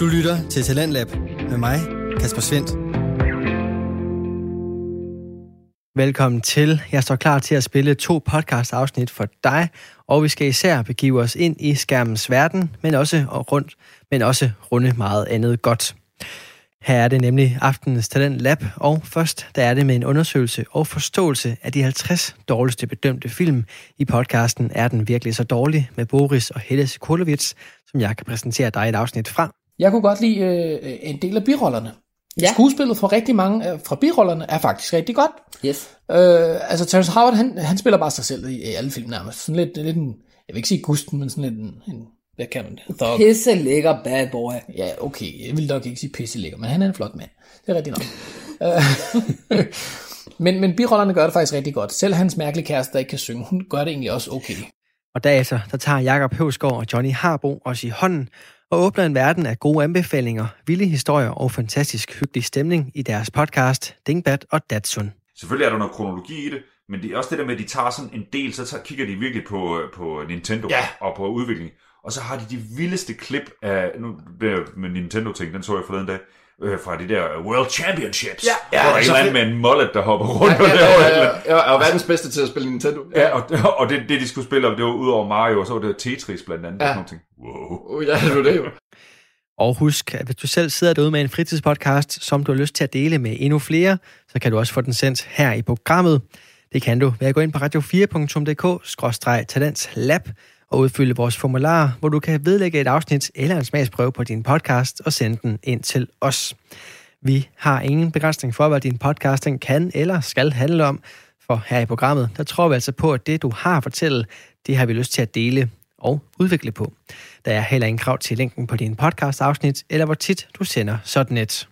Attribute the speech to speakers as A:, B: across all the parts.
A: Du lytter til Talentlab med mig, Kasper Svendt. Velkommen til. Jeg står klar til at spille to podcast-afsnit for dig, og vi skal især begive os ind i skærmens verden, men også og rundt, men også runde meget andet godt. Her er det nemlig aftenens Talent Lab, og først der er det med en undersøgelse og forståelse af de 50 dårligste bedømte film i podcasten Er den virkelig så dårlig? med Boris og Helle Sekulovits, som jeg kan præsentere dig et afsnit fra.
B: Jeg kunne godt lide øh, en del af birollerne. Ja.
C: Ja.
B: Skuespillet fra rigtig mange øh, fra birollerne er faktisk rigtig godt.
C: Yes.
B: Øh, altså Terrence Howard, han, han spiller bare sig selv i, i alle film nærmest. Sådan lidt, lidt en, jeg vil ikke sige gusten, men sådan lidt en, en hvad kan man det? Thug.
C: Pisse lækker bad boy.
B: Ja, okay, jeg vil nok ikke sige pisse lækker, men han er en flot mand. Det er rigtigt nok. Øh, men, men birollerne gør det faktisk rigtig godt. Selv hans mærkelige kæreste, der ikke kan synge, hun gør det egentlig også okay.
A: Og derefter, der tager Jakob Høvsgaard og Johnny Harbo os i hånden og åbner en verden af gode anbefalinger, vilde historier og fantastisk hyggelig stemning i deres podcast Dingbat og Datsun.
D: Selvfølgelig er der noget kronologi i det, men det er også det der med, at de tager sådan en del, så tager, kigger de virkelig på, øh, på Nintendo
B: Ja.
D: og på udvikling. Og så har de de vildeste klip af, nu bliver jeg med Nintendo-ting, den så jeg forleden dag, øh, fra de der World Championships,
E: Ja, ja,
D: hvor der er en
E: altså
D: eller anden
E: fedt.
D: med en mullet, der hopper rundt
E: Ja,
D: og laver et
E: ja,
D: eller
E: ja,
D: andet.
E: ja, og verdens bedste til at spille Nintendo.
D: Ja, og, og det, det, de skulle spille om, det var ud over Mario, og så var det Tetris blandt andet.
E: Ja.
D: Ja. Og sådan nogle ting. Wow.
E: Uh, ja, det var det jo.
A: Og husk, at hvis du selv sidder derude med en fritidspodcast, som du har lyst til at dele med endnu flere, så kan du også få den sendt her i programmet. Det kan du ved at gå ind på radio4.dk-talentslab og udfylde vores formular, hvor du kan vedlægge et afsnit eller en smagsprøve på din podcast og sende den ind til os. Vi har ingen begrænsning for, hvad din podcasting kan eller skal handle om, for her i programmet, der tror vi altså på, at det, du har at fortælle, det har vi lyst til at dele og udvikle på. Der er heller ingen krav til linken på din podcast-afsnit, eller hvor tit du sender sådan et.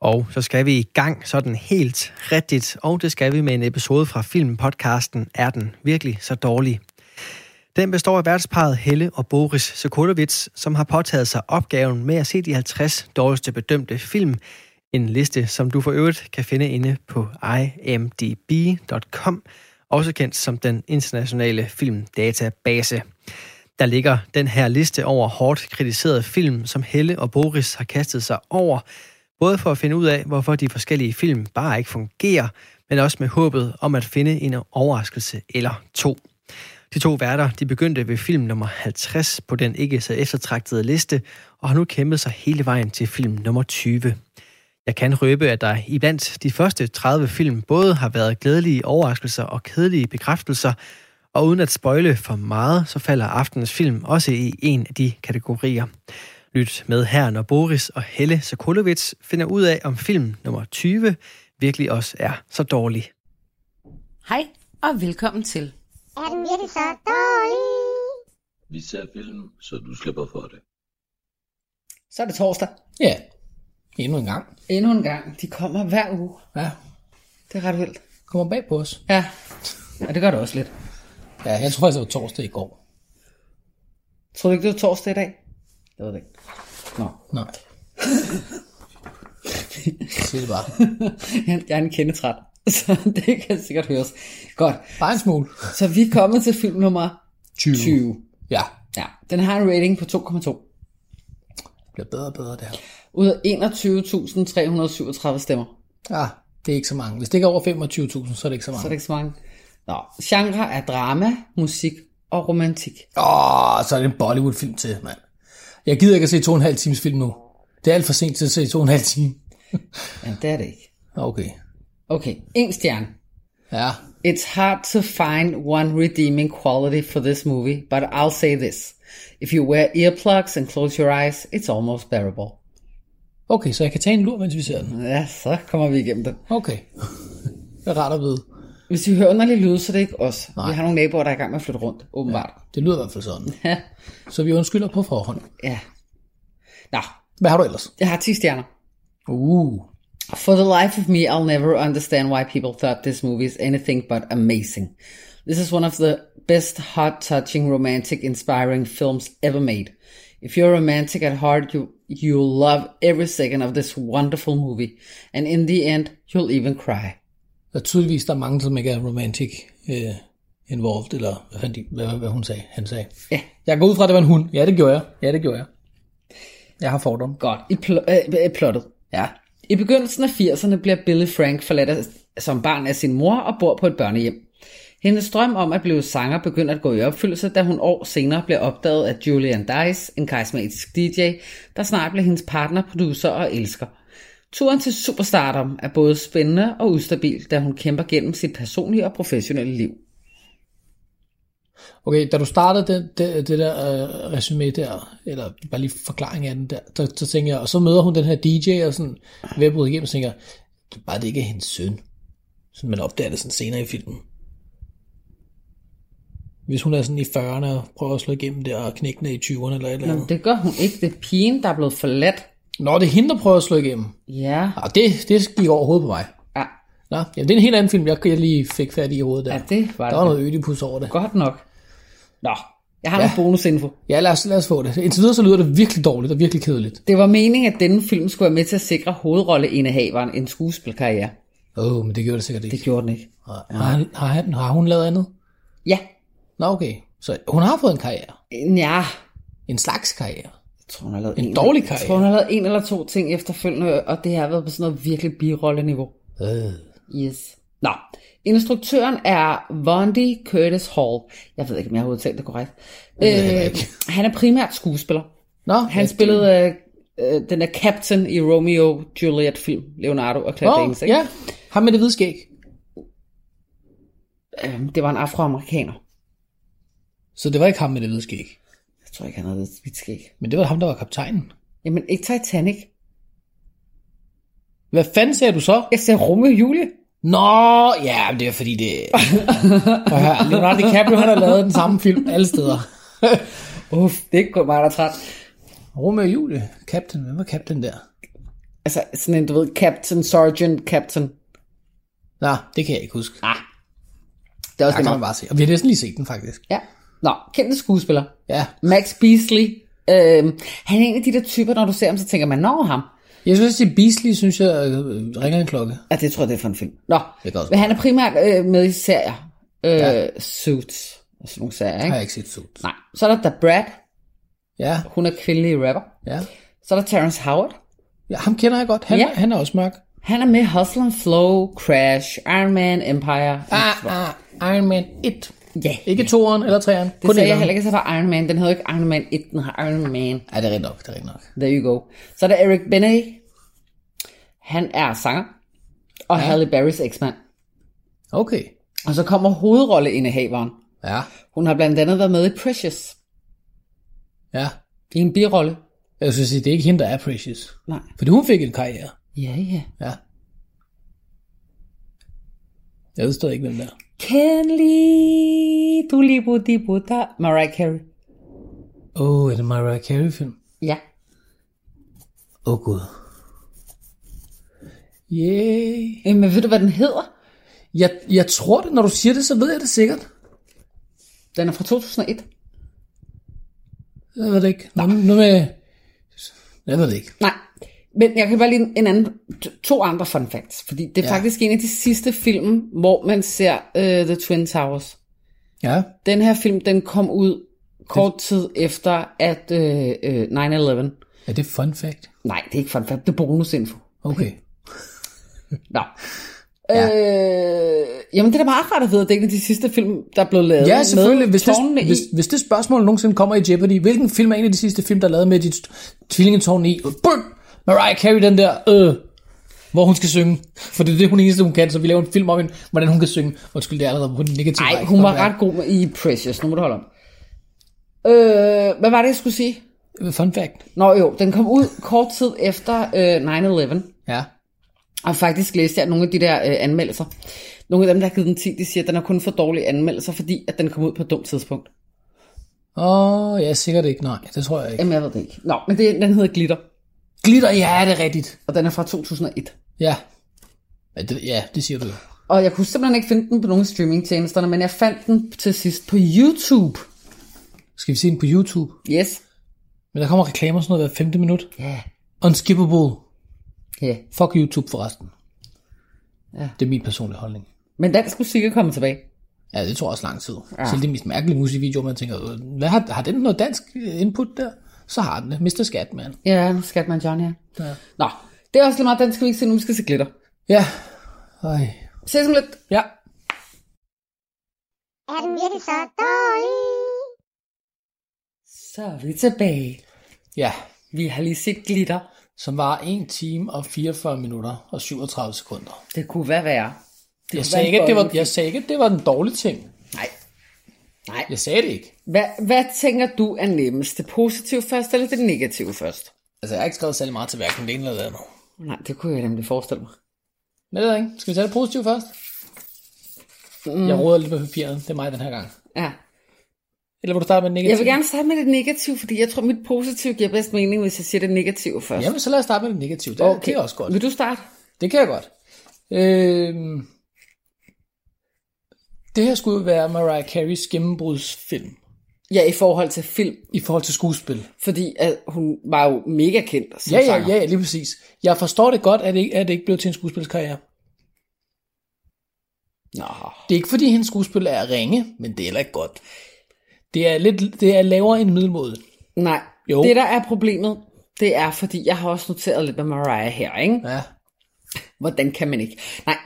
A: Og så skal vi i gang sådan helt rigtigt, og det skal vi med en episode fra filmpodcasten Er den virkelig så dårlig? Den består af værtsparet Helle og Boris Sokolovits, som har påtaget sig opgaven med at se de 50 dårligste bedømte film. En liste, som du for øvrigt kan finde inde på imdb.com, også kendt som den internationale filmdatabase. Der ligger den her liste over hårdt kritiserede film, som Helle og Boris har kastet sig over, både for at finde ud af, hvorfor de forskellige film bare ikke fungerer, men også med håbet om at finde en overraskelse eller to. De to værter de begyndte ved film nummer 50 på den ikke så eftertragtede liste, og har nu kæmpet sig hele vejen til film nummer 20. Jeg kan røbe, at der i blandt de første 30 film både har været glædelige overraskelser og kedelige bekræftelser, og uden at spoile for meget, så falder aftenens film også i en af de kategorier. Lyt med her, når Boris og Helle Sokolovits finder ud af, om film nummer 20 virkelig også er så dårlig.
C: Hej og velkommen til.
F: Er den virkelig så dårlig?
G: Vi ser film, så du slipper for det.
C: Så er det torsdag.
B: Ja, endnu en gang.
C: Endnu en gang. De kommer hver uge.
B: Ja,
C: Det er ret vildt.
B: kommer bag på os.
C: Ja. Og det gør det også lidt.
B: Ja, jeg tror faktisk, det var torsdag i går.
C: Tror du ikke, det var torsdag i dag? Det ved jeg ikke. Nå.
B: Nej. Sig det bare.
C: Jeg jeg er en kendetræt, så det kan sikkert høres. Godt.
B: Bare en smule.
C: Så vi er kommet til film nummer
B: 20.
C: 20.
B: Ja,
C: Ja. Den har en rating på 2,2
B: det bliver bedre og bedre der.
C: ud af 21.337 stemmer.
B: Ja, Ah, det er ikke så mange. Hvis det ikke er over 25.000, så er det ikke så mange.
C: Så er det ikke så mange. Nå, genre er drama, musik og romantik.
B: Åh, så er det en Bollywood-film til, mand. Jeg gider ikke at se to og en halv times film nu. Det er alt for sent til at se to og en halv time.
C: Jamen, det er det ikke.
B: Okay.
C: Okay, en stjerne.
B: Ja.
C: It's hard to find one redeeming quality for this movie, but I'll say this. If you wear earplugs and close your eyes, it's almost bearable.
B: Okay, så jeg kan tage en lur, mens vi ser den.
C: Ja, så kommer vi igennem det.
B: Okay. Det er rart at vide.
C: Hvis vi hører underlige lyde, så er det ikke os. Nej. Vi har nogle naboer, der er i gang med at flytte rundt, åbenbart.
B: Det lyder i hvert fald sådan.
C: Ja.
B: Så vi undskylder på forhånd.
C: ja. Nå,
B: Hvad har du ellers?
C: jeg har 10 stjerner.
B: Uh.
C: For the life of me, I'll never understand why people thought this movie is anything but amazing. This is one of the best, heart touching, romantic, inspiring films ever made. If you're romantic at heart, you, you'll love every second of this wonderful movie. And in the end, you'll even cry.
B: Der er tydeligvis, der er mange, som ikke er romantic øh, involved, eller hvad, fanden de, hvad, hvad hun sagde. Han sagde.
C: Ja.
B: Jeg går ud fra, at det var en hund. Ja, det gjorde jeg. Ja, det gjorde jeg. Jeg har fordomme.
C: Godt. I pl- øh, øh, plottet. Ja. I begyndelsen af 80'erne bliver Billy Frank forladt af- som barn af sin mor og bor på et børnehjem. Hendes drøm om at blive sanger begynder at gå i opfyldelse, da hun år senere bliver opdaget af Julian Dice, en karismatisk DJ, der snart bliver hendes partner, producer og elsker. Turen til Superstardom er både spændende og ustabil, da hun kæmper gennem sit personlige og professionelle liv.
B: Okay, da du startede det, det, det der øh, resume der, eller bare lige forklaring af den der, så, så tænker jeg, og så møder hun den her DJ, og sådan ved at bryde igennem, så tænker jeg, det er bare det ikke er hendes søn. Så man opdager det sådan senere i filmen. Hvis hun er sådan i 40'erne og prøver at slå igennem der og knække ned i 20'erne eller et eller
C: Nå,
B: andet.
C: det gør hun ikke. Det er pigen, der er blevet forladt.
B: Nå, det er hende, der prøver at slå igennem.
C: Ja,
B: Ah, det, det gik overhovedet på mig.
C: ja,
B: Nå, jamen, det er en helt anden film, jeg, jeg lige fik fat i i hovedet der.
C: ja det var
B: der
C: det.
B: var noget ødipus over det.
C: Godt nok. Nå, jeg har ja. noget bonusinfo.
B: Ja, lad os, lad os få det. Indtil videre så lyder det virkelig dårligt og virkelig kedeligt.
C: Det var meningen, at denne film skulle være med til at sikre hovedrolleindehaveren en skuespilkarriere.
B: Åh, oh, men det gjorde det sikkert ikke. Ah,
C: Det gjorde den ikke.
B: Har, han, har, han, har hun lavet andet?
C: Ja,
B: Nå, okay. Så hun har fået en karriere.
C: ja.
B: En slags karriere.
C: Jeg tror, hun har lavet
B: En
C: en
B: dårlig
C: Jeg
B: karriere.
C: tror, hun har lavet en eller to ting efterfølgende, og det har været på sådan noget virkelig birolleniveau.
B: Øh.
C: Yes. Nå, instruktøren er Vondi Curtis Hall. Jeg ved ikke, om jeg har udtalt det korrekt.
B: heller
C: Øh,
B: ikke.
C: han er primært skuespiller.
B: Nå,
C: Han
B: ja,
C: spillede øh, øh, den der captain i Romeo Juliet film, Leonardo og
B: det-
C: Claire Danes.
B: Åh,
C: ikke?
B: ja. Ham med det hvide skæg.
C: Øhm, Det var en afroamerikaner.
B: Så det var ikke ham med det hvide skæg.
C: Jeg tror ikke, han havde et hvidt skæg.
B: Men det var ham, der var kaptajnen.
C: Jamen, ikke Titanic.
B: Hvad fanden sagde du så?
C: Jeg ser Romeo og Julie.
B: Nå, ja, men det er fordi det... Prøv at høre, Leonardo DiCaprio, han har lavet den samme film alle steder.
C: Uff, det er ikke kun mig, der er træt.
B: Romeo og Julie. Captain, hvem var Captain der?
C: Altså, sådan en, du ved, Captain, Sergeant, Captain.
B: Nå, det kan jeg ikke huske.
C: Ah. Det er
B: Der
C: også
B: kan
C: det
B: man bare se. Og vi har næsten lige set den, faktisk.
C: Ja. Nå, kendte skuespiller.
B: Ja.
C: Max Beasley. Øhm, han er en af de der typer, når du ser ham, så tænker man, nå ham.
B: Jeg synes, at Beasley, synes jeg, øh, ringer en klokke.
C: Ja, det tror jeg, det er fra en film. Nå,
B: Det kan også
C: men han er primært øh, med i serier. Øh, ja. Suits og sådan nogle serier,
B: Har
C: ikke?
B: jeg ikke set Suits.
C: Nej. Så er der The Brad.
B: Ja,
C: Hun er kvindelig rapper.
B: ja.
C: Så er der Terrence Howard.
B: Ja, ham kender jeg godt. Han,
C: Ja.
B: ja. han er også mørk.
C: Han er med i Hustle and Flow, Crash, Iron Man, Empire.
B: Ah, ah, Iron Man 1.
C: Ja,
B: Ikke toeren eller treeren.
C: det sagde jeg
B: etteren.
C: heller ikke, at det var Iron Man. Den hedder ikke Iron Man 1, den har Iron Man.
B: Ja, det er rigtigt nok. Det er rigtigt nok.
C: There you go. Så er der Eric Benet. Han er sanger. Og ja. Halle Berrys eksmand.
B: Okay.
C: Og så kommer hovedrolleindehaveren.
B: Ja,
C: Hun har blandt andet været med i Precious.
B: ja.
C: I en birolle.
B: Jeg skulle sige, det er ikke hende, der er Precious.
C: Nej.
B: Fordi hun fik en karriere.
C: Ja, ja.
B: Ja. Jeg ved stadig ikke, hvem der er.
C: Kenley, du libu dibu da. Mariah Carey.
B: Åh, oh, er det Mariah Carey-film?
C: Ja.
B: Åh, oh, Gud. Yeah.
C: Øh, Men ved du, hvad den hedder?
B: Jeg, jeg tror det, når du siger det, så ved jeg det sikkert.
C: Den er fra 2001.
B: Jeg ved det ikke. Nå, nu med... Jeg ved det ikke.
C: Nej, men jeg kan bare lige en anden, to andre fun facts, fordi det er ja.
B: Ja.
C: faktisk en af de sidste film, hvor man ser uh, The Twin Towers.
B: Ja.
C: Den her film, den kom ud kort tid efter, at uh, uh, 9-11...
B: Er det fun fact?
C: Nej, det er ikke fun fact, det er bonusinfo.
B: Okay.
C: Nå. Ja. Øh, jamen, det er da meget rart at vide, at det ikke er de sidste film, der er blevet lavet
B: Ja, selvfølgelig.
C: med
B: Hvis
C: tårnene
B: det,
C: i.
B: hvis, hvis det spørgsmål nogensinde kommer i Jeopardy, hvilken film er en af de sidste film, der er lavet med dit tvillingetårn i? Bum! Mariah Carey, den der, øh, hvor hun skal synge. For det er det, hun eneste, hun kan, så vi laver en film om hende, hvordan hun kan synge. Undskyld, det er allerede på den negative
C: Nej,
B: vej.
C: hun var ret god med- i Precious, nu må du holde op. Øh, hvad var det, jeg skulle sige?
B: Fun fact.
C: Nå jo, den kom ud kort tid efter øh, 9-11.
B: Ja.
C: Og faktisk læste jeg nogle af de der øh, anmeldelser. Nogle af dem, der har givet den 10, de siger, at den har kun for dårlige anmeldelser, fordi at den kom ud på et dumt tidspunkt.
B: Åh, oh, ja, sikkert ikke. Nej, det tror jeg ikke.
C: Jamen, jeg ved det ikke. Nå, men det, den hedder Glitter,
B: Glitter, ja, det er rigtigt.
C: og den er fra 2001.
B: Ja. Ja, det, ja, det siger du jo.
C: Og jeg kunne simpelthen ikke finde den på nogen streamingtjenesterne, men jeg fandt den til sidst på YouTube.
B: Skal vi se den på YouTube?
C: Yes.
B: Men der kommer reklamer sådan noget hver femte minut.
C: Ja.
B: Unskippable.
C: Ja.
B: Fuck YouTube forresten.
C: Ja.
B: Det er min personlige holdning.
C: Men dansk musik er kommet tilbage.
B: Ja, det tror jeg også lang tid. Ja. Selv de mest mærkelige musikvideoer, man tænker, øh, hvad har, har den noget dansk øh, input der? Så har den det. Mr. Skatman.
C: Ja, Skatman John, ja. ja. Nå, det er også lidt meget, den skal vi ikke se nu, vi skal se glitter.
B: Ja. Ej.
C: Ses om lidt.
B: Ja.
F: Er den virkelig så dårlig?
C: Så er vi tilbage.
B: Ja.
C: Vi har lige set glitter.
B: Som var 1 time og 44 minutter og 37 sekunder.
C: Det kunne være værre. Det
B: Jeg
C: kunne
B: sagde,
C: være en
B: ikke, at det var,
C: dårlig-
B: jeg sagde ikke, at det var den dårlige ting.
C: Nej. Nej.
B: Jeg sagde det ikke.
C: Hvad, hvad tænker du er nemmest? Det positive først, eller det negative først?
B: Altså, jeg har ikke skrevet særlig meget til hverken det ene eller det andet.
C: Nej, det kunne jeg nemlig forestille mig.
B: Men det ved jeg ikke. Skal vi tage det positive først? Mm. Jeg råder lidt med papiret. Det er mig den her gang.
C: Ja.
B: Eller vil du starte med den negative?
C: Jeg vil gerne starte med det negative, fordi jeg tror, mit positive giver bedst mening, hvis jeg siger det negative først.
B: Jamen, så lad os starte med det negative. Det, okay. det er også godt.
C: Vil du starte?
B: Det kan jeg godt. Øhm, det her skulle jo være Mariah Careys gennembrudsfilm
C: Ja, i forhold til film.
B: i forhold til skuespil.
C: Fordi at hun var jo mega kendt som
B: Ja, ja,
C: sanger.
B: ja, lige præcis. Jeg forstår det godt, at det, ikke- at det ikke blev til en skuespilskarriere.
C: Nå.
B: Det er ikke fordi hendes skuespil er ringe, men det er heller ikke godt. Det er, lidt, det er lavere end middelmåde.
C: Nej,
B: Jo.
C: jo. det der er problemet, det er, fordi jeg har også noteret lidt med Mariah her, ikke?
B: Ja.
C: Hvordan kan man ikke? Nej,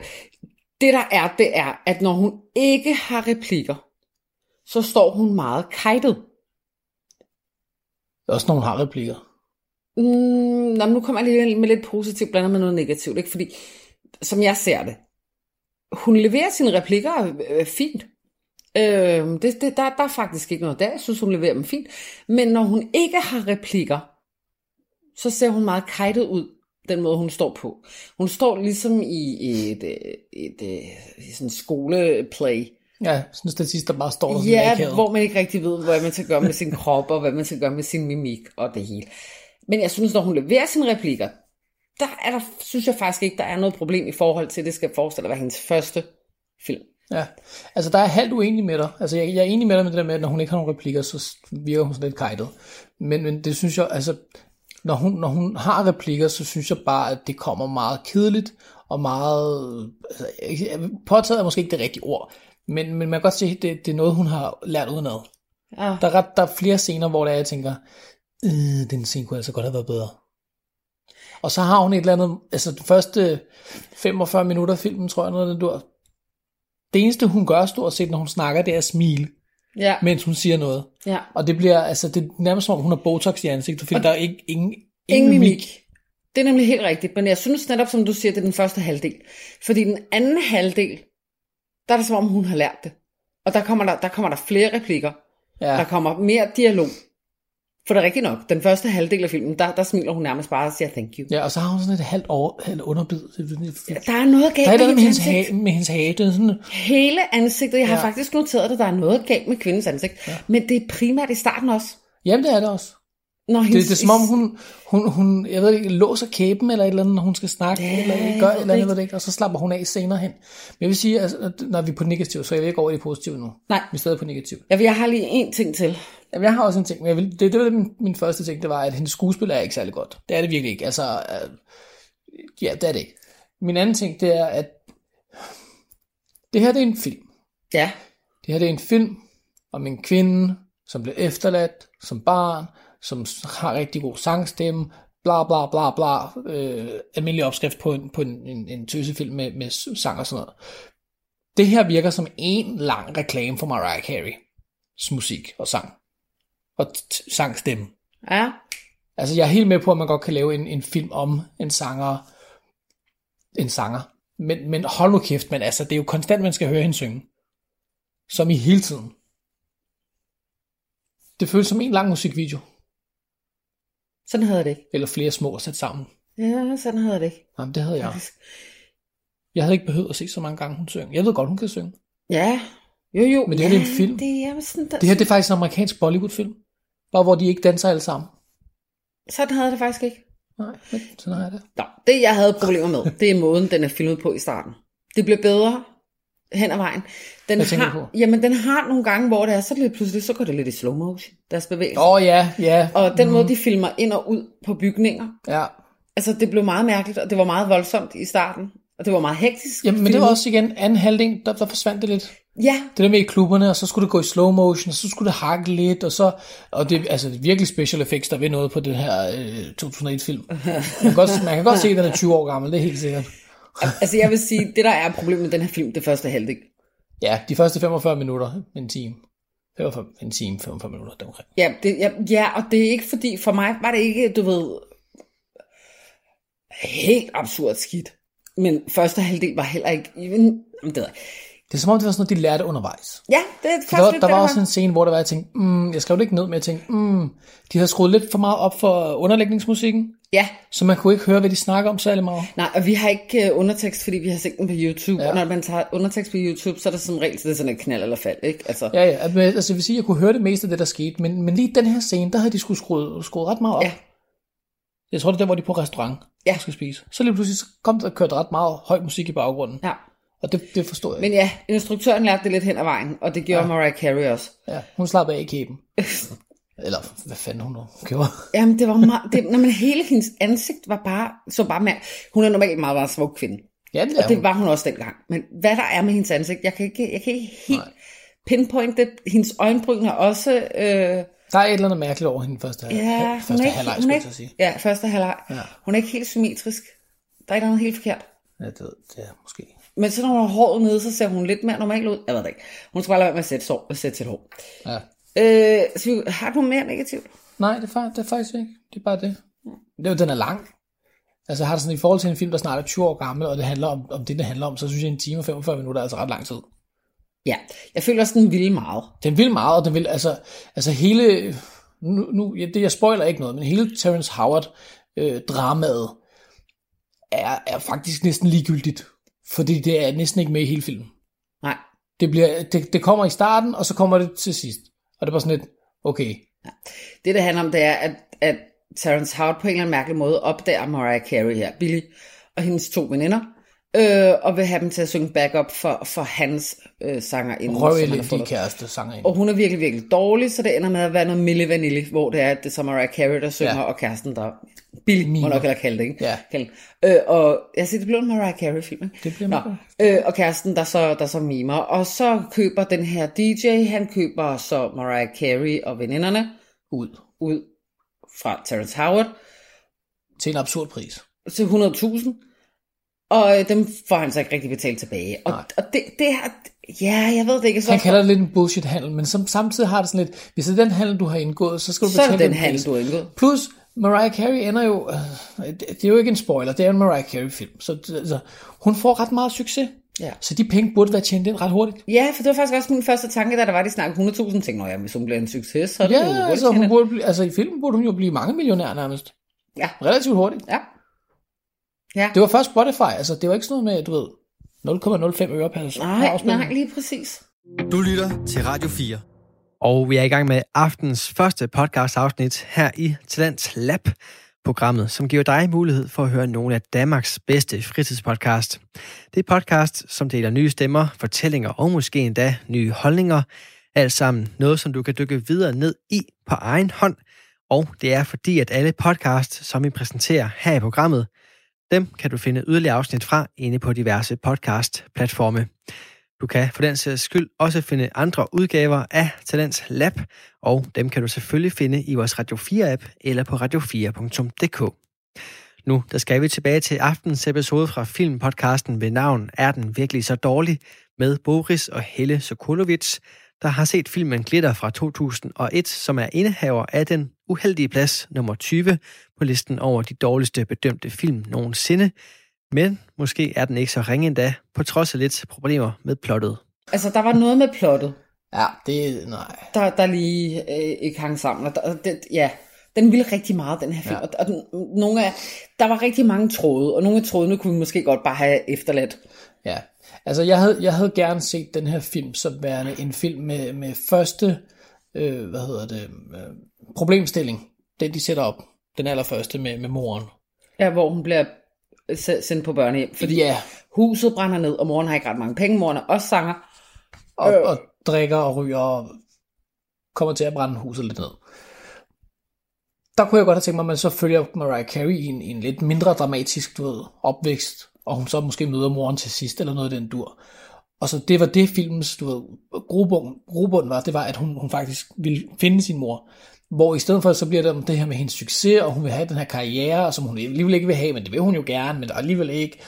C: det der er, det er, at når hun ikke har replikker, så står hun meget kajtet.
B: Også når hun har replikker.
C: Mm, nå, men nu kommer jeg lige med lidt positivt, blandet med noget negativt, ikke? Fordi, som jeg ser det, hun leverer sine replikker øh, fint. Øh, det, det, der, der er faktisk ikke noget der. Jeg synes, hun leverer dem fint. Men når hun ikke har replikker, så ser hun meget kajtet ud, den måde, hun står på. Hun står ligesom i et, øh, et, et, et sådan skoleplay,
B: Ja, sådan en statist, der bare står der sådan
C: Ja,
B: akavet.
C: hvor man ikke rigtig ved, hvad man skal gøre med sin krop, og hvad man skal gøre med sin mimik og det hele. Men jeg synes, når hun leverer sine replikker, der, er der synes jeg faktisk ikke, der er noget problem i forhold til, at det skal forestille at være hendes første film.
B: Ja, altså der er jeg halvt uenig med dig. Altså jeg, jeg er enig med dig med det der med, at når hun ikke har nogen replikker, så s- virker hun sådan lidt kajtet. Men, men det synes jeg, altså når hun, når hun har replikker, så synes jeg bare, at det kommer meget kedeligt og meget... Altså, ikke- påtaget er måske ikke det rigtige ord, men, men man kan godt se, at det, det er noget, hun har lært udenad.
C: Ja.
B: Der er, ret, der er flere scener, hvor der er, jeg tænker, øh, den scene kunne altså godt have været bedre. Og så har hun et eller andet, altså de første 45 minutter af filmen, tror jeg, noget af den dur. Det eneste, hun gør stort set, når hun snakker, det er at smile,
C: Ja,
B: mens hun siger noget.
C: ja.
B: Og det bliver, altså det er nærmest som om, hun har botox i ansigtet, fordi der er ikke, ingen,
C: Ingen mimik. Det er nemlig helt rigtigt, men jeg synes netop, som du siger, det er den første halvdel. Fordi den anden halvdel, der er det som om, hun har lært det. Og der kommer der, der, kommer der flere replikker,
B: Ja.
C: Der kommer mere dialog. For det er rigtigt nok, den første halvdel af filmen, der, der smiler hun nærmest bare og siger thank you.
B: ja, og så har hun sådan et halvt over, halvt underbid. Der
C: Der er noget
B: er et
C: galt
B: eller andet
C: med
B: med hendes,
C: hendes
B: hage,
C: ansigt.
B: med hendes hage, det er sådan,
C: Hele ansigtet, jeg har
B: Ja.
C: faktisk noteret, at der er noget galt med kvindens ansigt. Ja. Men det er primært i starten også.
B: jamen det er det også.
C: Når
B: Det, det er som om, hun, hun, hun jeg ved ikke, låser kæben eller et eller andet, når hun skal snakke, ja, eller gør et eller andet, ved det ikke, og så slapper hun af senere hen. Men jeg vil sige, altså, at når vi er på negativ, så jeg vil ikke over i det positive nu.
C: Nej.
B: Vi er stadig på negativ.
C: Jeg, jeg har lige en ting til.
B: Jamen, jeg har også en ting, men jeg vil, det, det var det, min, min første ting, det var, at hendes skuespil er ikke særlig godt. Det er det virkelig ikke. Altså, øh, ja, det er det ikke. Min anden ting, det er, at det her, det er en film.
C: Ja,
B: Det her det er en film om en kvinde, som blev efterladt som barn, som s- har rigtig god sangstemme, bla bla bla bla, øh, almindelig opskrift på en, på en, en, en tøsefilm med, med s- sang og sådan noget. Det her virker som en lang reklame for Mariah Carey's musik og sang. Og t- t- sangstemme.
C: ja.
B: Altså, jeg er helt med på, at man godt kan lave en, en film om en sanger. En sanger. Men, men hold nu kæft, men altså, det er jo konstant, man skal høre hende synge. Som i hele tiden. Det føles som en lang musikvideo,
C: Sådan havde jeg det ikke.
B: eller flere små sat sammen.
C: Ja, sådan havde jeg det ikke.
B: Jamen, det havde jeg.
C: Faktisk.
B: Jeg havde ikke behøvet at se så mange gange, hun synger. Jeg ved godt, hun kan synge.
C: Ja, jo jo.
B: Men det her, det er en
C: Ja,
B: film.
C: Det er sådan, der,
B: Det her, det er faktisk en amerikansk Bollywood-film. Bare hvor de ikke danser alle sammen.
C: sådan havde jeg det faktisk ikke.
B: Nej, men sådan har jeg det.
C: Nå, det jeg havde problemer med, det er måden, den er filmet på i starten. Det blev bedre hen ad vejen. Den
B: Hvad tænker
C: har,
B: du på?
C: Jamen, den har nogle gange, hvor det er, så lige pludselig, så går det lidt i slow motion, deres bevægelser.
B: Åh oh, ja, ja,
C: Og den
B: Mhm.
C: måde, de filmer ind og ud på bygninger,
B: ja.
C: altså det blev meget mærkeligt, og det var meget voldsomt i starten, og det var meget hektisk.
B: Jamen, men det
C: filmet.
B: var også igen anden halvdel, der, der forsvandt det lidt.
C: Ja,
B: det der med i klubberne, og så skulle det gå i slow motion, og så skulle det hakke lidt, og så, og det, altså, det er virkelig special effects, der ved noget på den her øh, 2001-film. Man kan, godt, man kan godt se, at den er 20 år gammel, det er helt sikkert.
C: altså jeg vil sige, det der er problemet med den her film, det første halvdel,
B: Ja, de første 45 minutter, en time. 45, en time, 45 minutter, det omkring.
C: Ja, det, ja, ja, og det er ikke fordi, for mig var det ikke, du ved, helt absurd skidt. Men første halvdel var heller ikke, even, jamen, det ved jeg.
B: Det er som om, det var sådan noget, de lærte undervejs.
C: ja, det er
B: For der, var,
C: lidt
B: der
C: det,
B: var også en scene, hvor der var, jeg tænkte, mm, jeg skrev det ikke ned, men jeg tænkte, mm, de havde skruet lidt for meget op for underlægningsmusikken,
C: Ja,
B: så man kunne ikke høre, hvad de snakker om særlig meget.
C: nej, og vi har ikke uh, undertekst, fordi vi har set den på YouTube. Ja. Og når man tager undertekst på YouTube, så er der som regel, så det er sådan et knald eller fald, ikke? Altså,
B: Ja, ja, men, altså jeg vil sige, jeg kunne høre det meste af det, der skete, men, men lige den her scene, der havde de skulle skruet, skruet ret meget op.
C: Ja.
B: Jeg tror, det er der, hvor de er på restaurant
C: Ja.
B: og skal spise. Så lige pludselig så kom der og kørte ret meget høj musik i baggrunden,
C: ja.
B: og det, det forstod jeg ikke.
C: Men ja, instruktøren lærte det lidt hen ad vejen, og det gjorde ja. Mariah Carey også.
B: Ja, hun slappede af i kæben. Eller hvad fanden hun nu gjorde.
C: Jamen, det var meget, det, når man hele hendes ansigt var bare, så bare mær- Hun er normalt en meget, meget smuk kvinde.
B: Ja, det
C: Og
B: er
C: det
B: hun.
C: var hun også dengang. Men hvad der er med hendes ansigt, jeg kan ikke, jeg kan ikke helt Nej. pinpointe det. Hendes øjenbryn er også... Øh,
B: Der er et eller andet mærkeligt over hende første,
C: ja,
B: ja,
C: hun er
B: første
C: ikke,
B: halvleg,
C: hun
B: skulle
C: er
B: jeg så sige.
C: ikke, ja, første halvleg. Ja. Hun er ikke helt symmetrisk. Der er ikke noget helt forkert.
B: Ja, det, ved- det er måske.
C: Men så når hun har håret nede, så ser hun lidt mere normal ud. Jeg ved det ikke. Hun skal bare lade være med at sætte, sår, at sætte sit hår.
B: Ja.
C: Øh, så vi, har du mere negativt?
B: Nej, det er, fa- det er faktisk ikke. Det er bare det. Det er jo, den er lang. Altså har det sådan i forhold til en film, der snart er 20 år gammel, og det handler om, om det, det handler om, så synes jeg, en time og 45 minutter er altså ret lang tid.
C: Ja. Jeg føler også, den ville meget.
B: Den vil meget, og den vil, altså, altså hele, nu, nu ja, det, jeg spoiler ikke noget, men hele Terrence Howard øh, dramaet er, er faktisk næsten ligegyldigt, fordi det er næsten ikke med i hele filmen.
C: Nej.
B: Det, bliver, det, det kommer i starten, og så kommer det til sidst. Og det var sådan lidt, okay,
C: Det, det handler om, det er, at, at Terrence Howard på en eller anden mærkelig måde opdager Mariah Carey her, Billy, og hendes to veninder, øh, og vil have dem til at synge backup for, for hans øh, sanger Oh. inden.
B: røv elendig kæreste sanger ind.
C: Og hun er virkelig, virkelig dårlig, så det ender med at være noget Milli Vanilli, hvor det er, at det er så Mariah Carey, der synger,
B: Ja.
C: ja. og kæresten, der Billy, må
B: Mimer.
C: nok heller kalde det, ikke?
B: Ja.
C: Kalde den. øh, og jeg siger, det blev en Mariah Carey-film, ikke?
B: Det bliver
C: Nå,
B: meget
C: øh, og kæresten, der så, der så mimer. Og så køber den her DJ, han køber så Mariah Carey og veninderne ud, ud fra Terrence Howard
B: til en absurd pris.
C: til 100.000. Og øh, dem får han så ikke rigtig betalt tilbage. Og,
B: Nej.
C: og det, det her, ja, jeg ved det ikke. Så
B: Han kalder det lidt en bullshit-handel, men som, samtidig har det sådan lidt, hvis det er den handel, du har indgået, så skal du
C: så er
B: betale
C: det den
B: pris.
C: handel, du har indgået.
B: Plus, Mariah Carey ender jo, øh, det det er jo ikke en spoiler, det er en Mariah Carey-film, så det- altså, hun får ret meget succes.
C: Ja.
B: Så de penge burde være tjent ind ret hurtigt.
C: Ja, for det var faktisk også min første tanke, da der var de snakkede 100.000. Tænkte, nå ja, hvis hun bliver en succes, så er det jo
B: Ja,
C: hurtigt
B: altså, hun
C: tjent.
B: burde, blive- altså i filmen burde hun jo blive mange millionær nærmest.
C: Ja.
B: Relativt hurtigt.
C: Ja. Ja.
B: Det var først Spotify, altså det var ikke sådan noget med, du ved, 0,05 øre per per
C: Nej,
B: afspilning.
C: nej, lige præcis.
H: Du lytter til Radio 4.
A: Og vi er i gang med aftens første podcast afsnit her i Talents Lab, programmet, som giver dig mulighed for at høre nogle af Danmarks bedste fritidspodcast. Det er podcast, som deler nye stemmer, fortællinger og måske endda nye holdninger. Alt sammen noget, som du kan dykke videre ned i på egen hånd. Og det er fordi, at alle podcast, som vi præsenterer her i programmet, dem kan du finde yderligere afsnit fra inde på diverse podcast-platforme. Du kan for den sags skyld også finde andre udgaver af Talents Lab, og dem kan du selvfølgelig finde i vores Radio 4-app eller på radio4.dk. Nu der skal vi tilbage til aftens episode fra filmpodcasten ved navn Er den virkelig så dårlig? med Boris og Helle Sokolovic, der har set filmen Glitter fra 2001, som er indehaver af den uheldige plads nummer 20 på listen over de dårligste bedømte film nogensinde, men måske er den ikke så ringe endda, på trods af lidt problemer med plottet.
C: Altså, der var noget med plottet,
B: Ja, det, nej.
C: der, der lige øh, ikke hang sammen. Og der, og det, ja, den ville rigtig meget, den her film. Ja.
B: Ja.
C: Og, og den, nogle af, der var rigtig mange tråde, og nogle af trådene kunne vi måske godt bare have efterladt.
B: Ja, altså jeg havde, jeg havde gerne set den her film som værende en film med, med første, øh, hvad hedder det, øh, problemstilling. Den de sætter op, den allerførste med, med moren.
C: Ja, hvor hun bliver øh, se- sendt på børnehjem. Fordi
B: Ja,
C: huset brænder ned, og moren har ikke ret mange penge. Moren er også sanger.
B: og,
C: Øh.
B: og drikker og ryger og kommer til at brænde huset lidt ned. Der kunne jeg godt have tænkt mig, at man så følger Mariah Carey i en, i en lidt mindre dramatisk du ved, opvækst, og hun så måske møder moren til sidst, eller noget af den dur. Og så det var det filmens du ved, grobund, grobund var, det var, at hun, hun faktisk ville finde sin mor. Hvor i stedet for, så bliver det om det her med hendes succes, og hun vil have den her karriere, som hun alligevel ikke vil have, men det vil hun jo gerne, men alligevel ikke.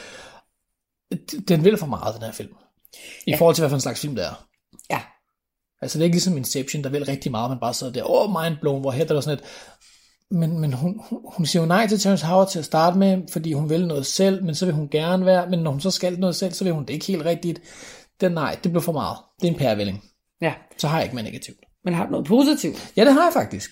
B: Den vil for meget, den her film. I ja. forhold til, hvad for en slags film det er.
C: Ja.
B: Altså det er ikke ligesom Inception, der vil rigtig meget, man bare sidder der, åh, oh, mind blown, hvor her der sådan et, men, men hun, hun- hun siger jo nej til Terrence Howard til at starte med, fordi hun vil noget selv, men så vil hun gerne være, men når hun så skal noget selv, så vil hun det ikke helt rigtigt. Det nej, det blev for meget. Det er en pærevælling.
C: ja.
B: Så har jeg ikke mere negativt.
C: Men har du noget positivt?
B: Ja, det har jeg faktisk.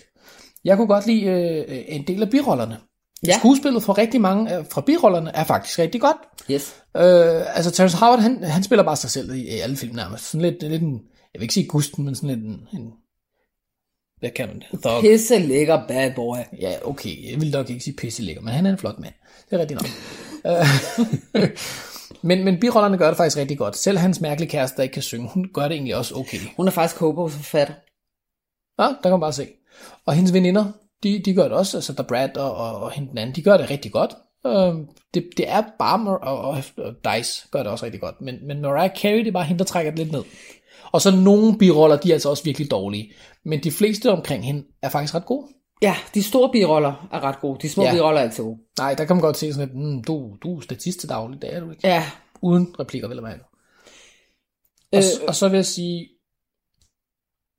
B: Jeg kunne godt lide øh, øh, en del af birollerne.
C: Ja.
B: Ja. Skuespillet fra rigtig mange øh, fra birollerne er faktisk rigtig godt.
C: Yes.
B: Øh, altså Terrence Howard, han, han spiller bare sig selv i, i alle film nærmest. Sådan lidt, lidt en, jeg vil ikke sige gusten, men sådan lidt en, en hvad kan man det? Thug.
C: Pisse lækker bad boy.
B: Ja, okay, jeg vil nok ikke sige pisse lækker, men han er en flot mand. Det er rigtigt nok. Øh, men, men birollerne gør det faktisk rigtig godt. Selv hans mærkelige kæreste, der ikke kan synge, hun gør det egentlig også okay.
C: Hun er faktisk Hobos forfatter.
B: Ja, der kan man bare se. Og hendes veninder, de, de gør det også, altså der Brad og, og, og hende den anden, de gør det rigtig godt. Øh, det, det er bare, Mar- og, og, og Dice gør det også rigtig godt, men, men Mariah Carey, det er bare hende, der trækker det lidt ned. Og så nogle biroller, de er altså også virkelig dårlige. Men de fleste omkring hende er faktisk ret gode.
C: Ja, de store biroller er ret gode. De små ja.
B: Ja.
C: biroller er altid gode.
B: Nej, der kan man godt se sådan, at mm, du, du er statist til daglig, det er du ikke.
C: Ja.
B: Uden replikker, vel at mærke. Og, øh, og så vil jeg sige,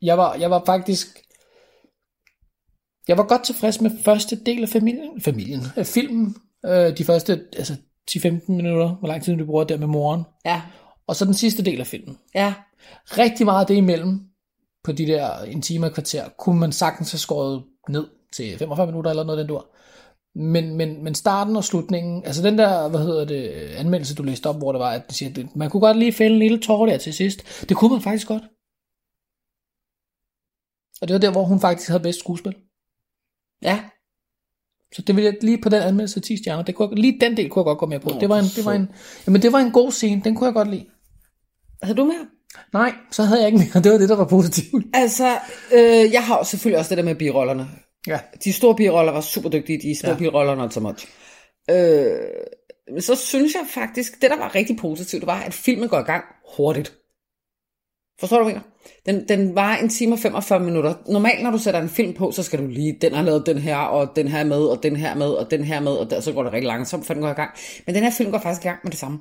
B: jeg var, jeg var faktisk, jeg var godt tilfreds med første del af familien, familien af filmen, øh, de første altså 10-15 minutter, hvor lang tid du bruger der med moren,
C: Ja.
B: og så den sidste del af filmen.
C: Ja.
B: Rigtig meget af det imellem, på de der en time og et kvarter, kunne man sagtens have skåret ned til 45 minutter eller noget af den dur. Men, men, men starten og slutningen, altså den der, hvad hedder det, øh, anmeldelse, du læste op, hvor det var, at den siger, at man kunne godt lige fælde en lille tårer der til sidst. Det kunne man faktisk godt. Og det var der, hvor hun faktisk havde bedst skuespil.
C: Ja.
B: Så det ville jeg lige på den anmeldelse 10 stjerner. Det kunne jeg, lige den del kunne jeg godt gå med på. det, var en, det, var en, jamen, det var en god scene, den kunne jeg godt lide.
C: Har Altså, du mere?
B: Nej, så havde jeg ikke mere. Det var det, der var positivt.
C: Altså, øh, jeg har selvfølgelig også det der med birollerne.
B: Ja.
C: De store biroller var super dygtige, de små ja.
B: Ja.
C: biroller not so much. Øh, men så synes jeg faktisk, det der var rigtig positivt, det var, at filmen går i gang hurtigt. Forstår du, hvad jeg mener? Den, den var en time og 45 minutter. Normalt, når du sætter en film på, så skal du lige, den har lavet den her, og den her er med, og den her er med, og den her er med, og der, så går det rigtig langsomt, for den går i gang. Men den her film går faktisk i gang med det samme.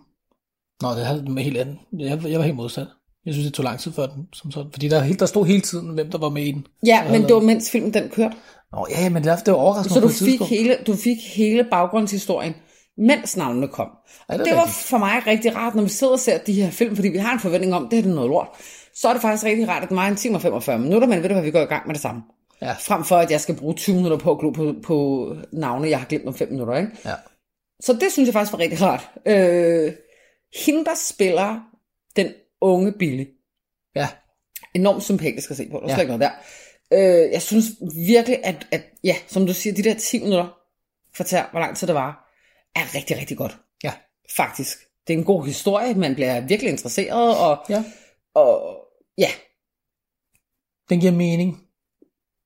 B: Nå, det havde den med helt anden. Jeg, jeg var helt modsat. Jeg synes, det tog lang tid før den, som sådan. Fordi der, helt- der stod hele tiden, hvem der var med i den.
C: Ja, men det var mens filmen den kørte.
B: Nå, ja, men det var, det var overraskende
C: Så
B: på
C: du
B: et
C: fik,
B: tidspunkt.
C: hele, du fik hele baggrundshistorien, mens navnene kom.
B: Ja,
C: Og
B: det er
C: det var
B: rigtigt.
C: for mig rigtig rart, når vi sidder og ser de her film, fordi vi har en forventning om, det her det er noget lort. Så er det faktisk rigtig rart, at den var en time og 45 minutter, men ved du hvad, vi går i gang med det samme.
B: Ja.
C: Frem for, at jeg skal bruge 20 minutter på at glo på, på navne, jeg har glemt om 5 minutter. Ikke?
B: Ja.
C: Så det synes jeg faktisk var rigtig rart. Øh, hende, der spiller den unge Billy,
B: Ja,
C: enormt sympatisk at se på. Der er ja.
B: Ja.
C: slet ikke noget der. Øh, jeg synes virkelig, at, at ja, som du siger, de der 10 minutter, kvarter, hvor lang tid det var, er rigtig, rigtig godt.
B: ja,
C: Faktisk. Det er en god historie, man bliver virkelig interesseret, og
B: ja.
C: og, ja
B: Den giver mening.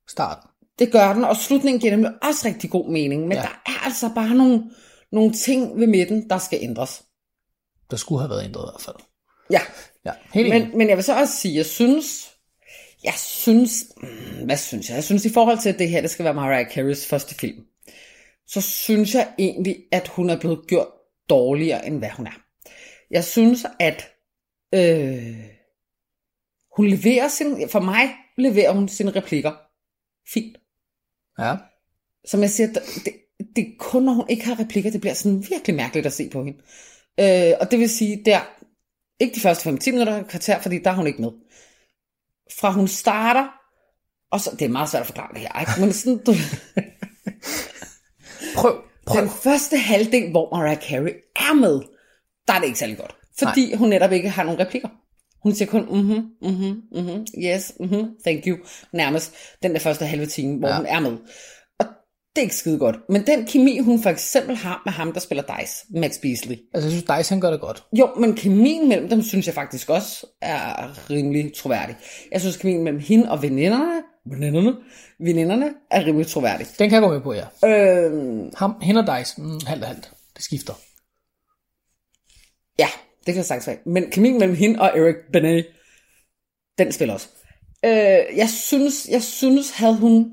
B: Starten.
C: det gør den, og slutningen giver nemlig også rigtig god mening, men ja.
B: Ja.
C: der er altså bare nogle, nogle ting ved midten, der skal ændres.
B: Der skulle have været ændret i hvert fald.
C: Ja,
B: Ja, helt men...
C: Men, men jeg vil så også sige, jeg synes, jeg synes, mm, hvad synes jeg? Jeg synes i forhold til, at det her, det skal være Mariah Careys første film, så synes jeg egentlig, at hun er blevet gjort dårligere, end hvad hun er. Jeg synes, at øh, hun leverer sin, for mig leverer hun sine replikker fint.
B: Ja.
C: Som jeg siger, der- det, det er kun, når hun ikke har replikker, det bliver sådan virkelig mærkeligt at se på hende. Øh, og det vil sige, der ikke de første 5-10 minutter, et kvarter, fordi der er hun ikke med. Fra hun starter, og så, det er meget svært at forklare det her, ikke? men sådan, du,
B: Prøv. Prøv.
C: den første halvdel, hvor Mariah Carey er med, der er det ikke særlig godt. Fordi Nej. hun netop ikke har nogen replikker. Hun siger kun, mhm, mhm, mhm, yes, mhm, thank you, nærmest den der første halve time, hvor ja.
B: Ja.
C: hun er med. Og det er ikke skide godt. Men den kemi, hun for eksempel har med ham, der spiller Dice, Max Beasley.
B: Altså, jeg synes, Dice, han gør det godt.
C: Jo, men kemien mellem dem, synes jeg faktisk også er rimelig troværdig. Jeg synes, kemien mellem hende og veninderne, veninderne, veninderne er rimelig troværdig.
B: Den kan jeg gå med på, ja.
C: Øhm,
B: Ham, hende og Dice, mm, halvt og halvt. Det skifter.
C: Ja, Det kan jeg sagtens være. Men kemien mellem hende og Eric Benet, den spiller også. Øh, jeg synes, jeg synes havde, hun,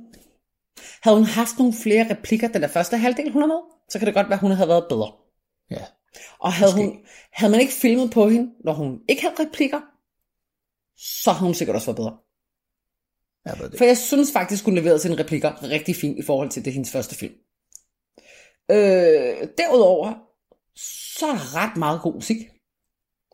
C: havde hun haft nogle flere replikker den der første halvdel, hun har med, så kan det godt være, hun havde været bedre.
B: Ja.
C: Og havde, hun, havde man ikke filmet på hende, når hun ikke havde replikker, så havde hun sikkert også været bedre.
B: Jeg ved det.
C: For jeg synes faktisk, hun leverede sine replikker rigtig fint i forhold til det hendes første film. Øh, derudover, så er der ret meget god musik.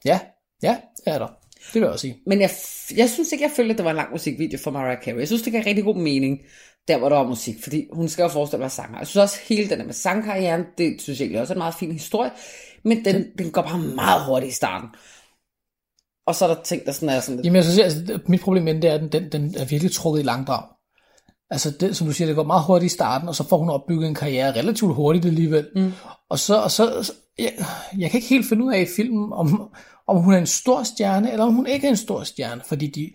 B: Ja, ja, det er der. Det vil jeg også sige.
C: Men jeg, f- jeg synes ikke, jeg følte, at det var en lang musikvideo for Mariah Carey. Jeg synes, det gav rigtig god mening, der hvor der var musik. Fordi hun skal jo forestille at være sanger. Jeg synes også, hele den der med sangkarrieren, det synes jeg egentlig også er en meget fin historie. Men den, den går bare meget hurtigt i starten. Og så er der ting, der sådan er sådan lidt...
B: Jamen, jeg synes, altså, det- mit problem med den, det er, at den, den, den er virkelig trukket i langdrag. Altså, det, som du siger, det går meget hurtigt i starten, og så får hun opbygget en karriere relativt hurtigt alligevel. Mm. Og så, og så, så jeg, jeg kan ikke helt finde ud af i filmen, om, om hun er en stor stjerne, eller om hun ikke er en stor stjerne, fordi de,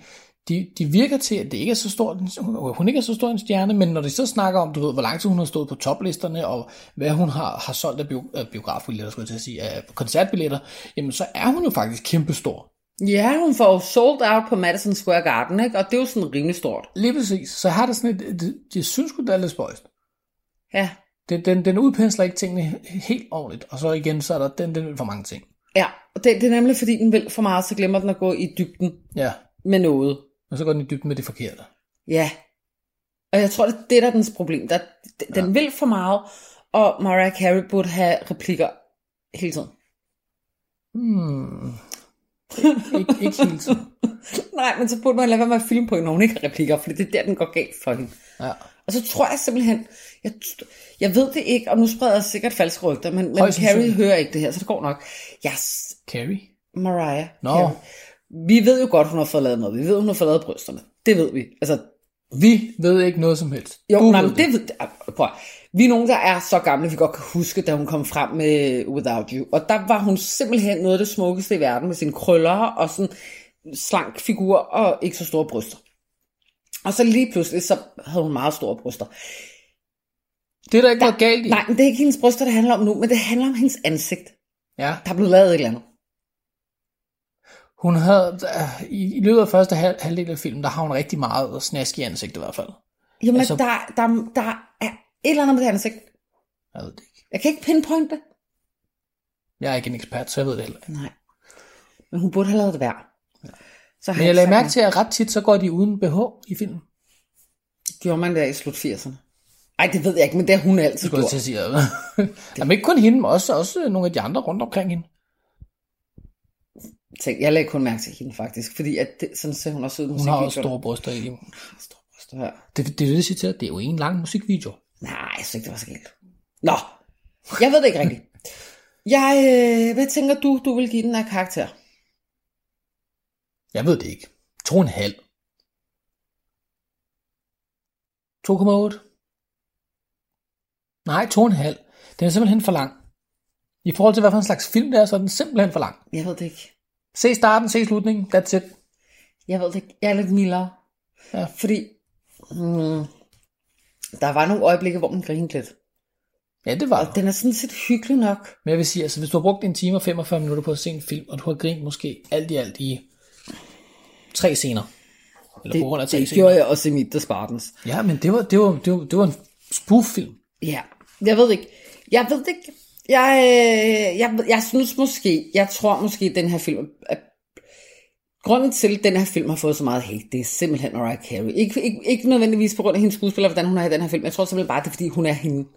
B: de, de virker til, at det ikke er så stor, hun, hun ikke er så stor en stjerne, men når de så snakker om, du ved, hvor lang tid hun har stået på toplisterne, og hvad hun har, har solgt af bio, øh, biografbilletter, skulle jeg til at sige, af koncertbilletter, jamen så er hun jo faktisk kæmpestor.
C: Ja, hun får jo sold out på Madison Square Garden, ikke? Og det er jo sådan rimelig stort.
B: Lige præcis. Så jeg har det sådan et, det, jeg synes sgu, det er lidt spøjst.
C: Ja.
B: Den, den, den udpensler ikke tingene helt ordentligt, og så igen, så er der den, den vil for mange ting.
C: Ja, og det, det er nemlig, fordi den vil for meget, så glemmer den at gå i dybden
B: Ja,
C: med noget.
B: og så går den i dybden med det forkerte.
C: Ja. Og jeg tror, det er det, der er dens problem. Der, d- den ja. vil for meget, og Mariah Carey burde have replikker hele tiden.
B: Hmm. Ikke, ikke helt tiden.
C: Nej, men så burde man lade være med at filme på hende, når hun ikke har replikker, for det er der, den går galt for hende.
B: Ja.
C: Og så tror jeg simpelthen, jeg, jeg ved det ikke, og nu spreder jeg sikkert falske rygter, men, men
B: Højst
C: Carrie
B: sandsynligt.
C: hører ikke det her, så det går nok. Jeg s-
B: Carrie?
C: Mariah.
B: Nå.
C: Carey. Vi ved jo godt, hun har fået lavet noget. Vi ved, hun har fået lavet brysterne. Det ved vi. Altså,
B: Vi ved ikke noget som helst.
C: jo, nej,
B: ved
C: men det ved ah, prøv. at- Vi er nogen, der er så gamle, vi godt kan huske, da hun kom frem med Without You. Og der var hun simpelthen noget af det smukkeste i verden med sine krøller og sådan slank figur og ikke så store bryster. Og så lige pludselig, så havde hun meget store bryster.
B: Det er der ikke noget galt i.
C: Nej, men det er ikke hendes bryster, det handler om nu, men det handler om hendes ansigt.
B: Ja.
C: Der er blevet lavet et eller andet.
B: Hun havde, øh, i, i løbet af første halv, halvdel af filmen, der har hun rigtig meget snask i ansigtet i hvert fald.
C: Jamen, altså...
B: Altså-
C: der, der, der er et eller andet med det ansigt.
B: Jeg ved det ikke.
C: Jeg kan ikke pinpointe det.
B: Jeg er ikke en ekspert, så jeg ved det heller ikke.
C: Nej. Men hun burde have lavet det værd. Så har
B: Men jeg
C: ikke
B: lagde
C: sagt
B: mærke til, at ret tit, så går de uden BH i filmen.
C: Gjorde man det i slut 80'erne? Ej, det ved jeg ikke, men det har hun altid
B: Det skulle jeg
C: gjort.
B: til at sige. Jamen ikke kun hende, men også, også nogle af de andre rundt omkring hende.
C: Tænk, jeg lagde kun mærke til hende faktisk, fordi at det, sådan ser hun også ud. i
B: Hun har
C: musikvideoerne.
B: også store bryster i livet.
C: Store bryster her.
B: Det, det, det, det siger til, at det er jo en lang musikvideo.
C: Nej, jeg synes ikke, det var så galt. Nå, jeg ved det ikke rigtigt. Jeg, øh, hvad tænker du, du vil give den her karakter?
B: Jeg ved det ikke. 2,5. 2,8. Nej, 2,5. Den er simpelthen for lang. I forhold til, hvad for en slags film det er, så er den simpelthen for lang.
C: Jeg ved det ikke.
B: Se starten, se slutningen, that's it.
C: Jeg ved det ikke. Jeg er lidt mildere.
B: Ja.
C: Fordi hmm, der var nogle øjeblikke, hvor man grinede lidt.
B: Ja, det var
C: Og
B: det.
C: den er sådan set hyggelig nok.
B: Men jeg vil sige, altså, hvis du har brugt en time og 45 minutter på at se en film, og du har grint måske alt i alt i tre scener, eller på grund af
C: Det,
B: tre
C: det
B: scener.
C: gjorde jeg også i Meet the Spartans.
B: Ja, men det var, det var, det var, det var en spoof-film.
C: Ja, jeg ved det ikke. Jeg ved det ikke. Jeg, øh, jeg, ved- jeg synes måske, jeg tror måske, at den her film... At grunden til, at den her film har fået så meget hate, det er simpelthen Mariah Carey. Ikke, ikke, ikke nødvendigvis på grund af hendes skuespiller, hvordan hun er i den her film. Jeg tror simpelthen bare, det er, fordi hun er hende.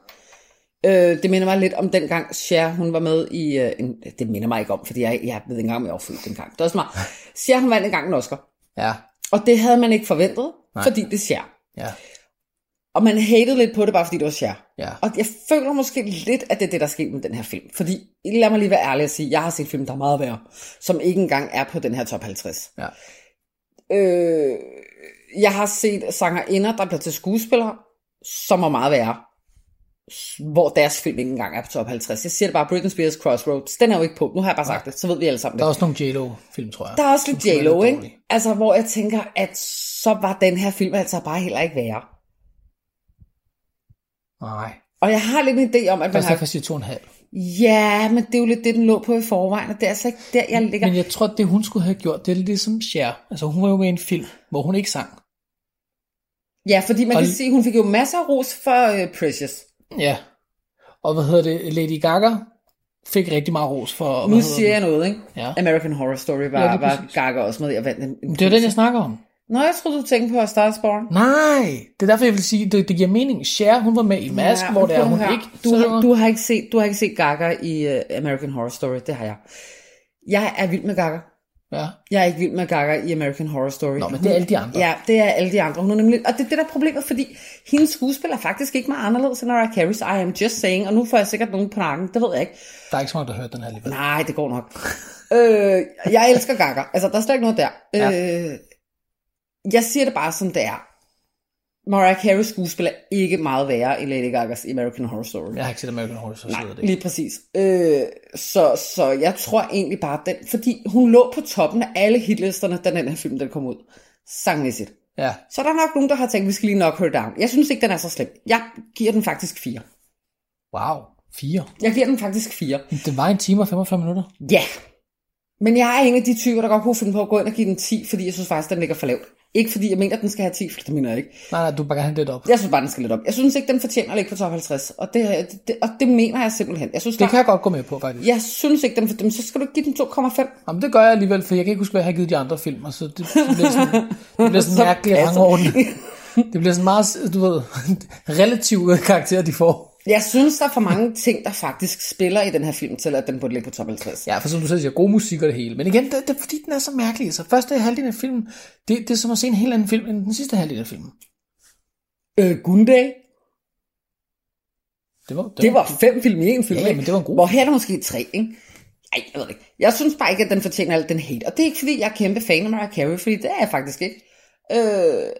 C: Øh, det minder mig lidt om dengang Cher, hun var med i... Øh, en, det minder mig ikke om, fordi jeg, jeg ved ikke engang, om jeg var født dengang. Det er også meget. Cher, hun vandt engang en Oscar.
B: Ja,
C: Og det havde man ikke forventet, Nej. fordi det er Cher.
B: ja,
C: Og man hatede lidt på det, bare fordi det var Cher.
B: ja.
C: Og jeg føler måske lidt, at det er det, der sker med den her film. Fordi, lad mig lige være ærlig og sige, jeg har set film, der er meget værre, som ikke engang er på den her top 50.
B: Ja.
C: Øh, jeg har set sangerinder, der bliver til skuespillere, som er meget værre, s- hvor deres film ikke engang er på top 50. Jeg siger det bare, Britney Spears Crossroads, den er jo ikke på. Nu har jeg bare sagt det, så ved vi alle sammen
B: Der
C: det.
B: er også nogle J-Lo-film, tror jeg.
C: Der er også lidt
B: som skulle være
C: J-Lo,
B: dårlige.
C: ikke? Altså, hvor jeg tænker, at så var den her film altså bare heller ikke værre.
B: Nej,
C: Og jeg har lidt en idé om, at
B: der
C: man
B: er
C: har
B: faktisk 2,5.
C: Ja, men det er jo lidt det, den lå på i forvejen, og det er altså ikke der, jeg ligger.
B: Men jeg tror, det hun skulle have gjort, det er lidt som Cher. Altså hun var jo med i en film, hvor hun ikke sang.
C: Ja, fordi man
B: Og-
C: kan sige, hun fik jo masser af ros for øh, Precious.
B: Ja. Og hvad hedder det? Lady Gaga fik rigtig meget ros for... hvad
C: Nu
B: hedder
C: siger jeg
B: den?
C: noget, ikke?
B: Ja.
C: American Horror Story var,
B: Ja, lige
C: ja, var
B: præcis.
C: gakker også med, og vandt en, en
B: Det er jo den, jeg snakker om.
C: Nå, jeg troede, du tænkte på A Star is Born.
B: Nej, det er derfor, jeg vil sige, det, det giver mening. Cher, hun var med i Mask, ja, hvor
C: men
B: det er,
C: prøv
B: hun
C: at høre.
B: ikke
C: Du, har-
B: synger.
C: du, har ikke set, du har ikke set Gaga i uh, American Horror Story, det har jeg. Jeg er vild med Gaga.
B: Ja.
C: Jeg er ikke vild med Gaga i American Horror Story.
B: Nå, men det er alle de andre.
C: Ja, det er alle de andre. Hun er nemlig, og det er det, der er problemet, fordi hendes skuespil er faktisk ikke meget anderledes end Mariah Carey's I Am Just Saying, og nu får jeg sikkert nogen på nakken, det ved jeg ikke.
B: Der er ikke så mange, der har hørt den her alligevel.
C: Nej, det går nok. øh, jeg elsker Gaga. Altså, der er slet ikke noget der.
B: Ja.
C: Øh, jeg siger det bare, som det er. Mariah Carey's skuespil er ikke meget værre i Lady Gagas American Horror Story.
B: Jeg har ikke set American Horror, så sidder det ikke.
C: Lige præcis. Øh, så, så jeg tror egentlig bare, den, fordi hun lå på toppen af alle hitlisterne, da den her film den kom ud. Sangmæssigt.
B: Ja,
C: Så er der nok nogen, der har tænkt, vi skal lige knock her down. Jeg synes ikke, den er så slem. Jeg giver den faktisk 4.
B: wow. Fire.
C: Jeg giver den faktisk 4.
B: Det var en time og 45 minutter.
C: Ja. Men jeg er en af de typer, der godt kunne finde på at gå ind og give den 10, fordi jeg synes faktisk, den ligger for lavt. Ikke fordi jeg mener, at den skal have 10, for det mener jeg ikke.
B: Nej, nej, du vil bare gerne have lidt op.
C: Jeg synes bare, den skal lidt op. Jeg synes ikke, den fortjener at ligge på top 50, og det, det, og det mener jeg simpelthen. Jeg synes,
B: Det
C: der-
B: kan jeg godt gå med på, faktisk.
C: jeg synes ikke, den for dem, så skal du give den 2,5.
B: Jamen, det gør jeg alligevel, for jeg kan ikke huske, hvad jeg har givet de andre film, og så det, det bliver sådan, det bliver sådan
C: Så
B: en mærkelig
C: passer.
B: rangorden. Det bliver sådan meget, du ved, relative karakterer, de får.
C: Jeg synes, der er for mange ting, der faktisk spiller i den her film, til at den burde ligge på top 50.
B: Ja, for som du selv siger, god musik og det hele. Men igen, det, det er fordi, den er så mærkelig. Så første halvdel af filmen, det, det er som at se en helt anden film, end den sidste halvdel af filmen.
C: Øh, Gunday,
B: Det var,
C: det var fem film i en film,
B: Ja,
C: ikke?
B: men det var en god
C: Hvor her er der måske tre, ikke? Ej, jeg ved det ikke. Jeg synes bare ikke, at den fortjener alt den hate. Og det er ikke, fordi jeg er kæmpe fan af Mariah Carey, fordi det er jeg faktisk ikke. Øh,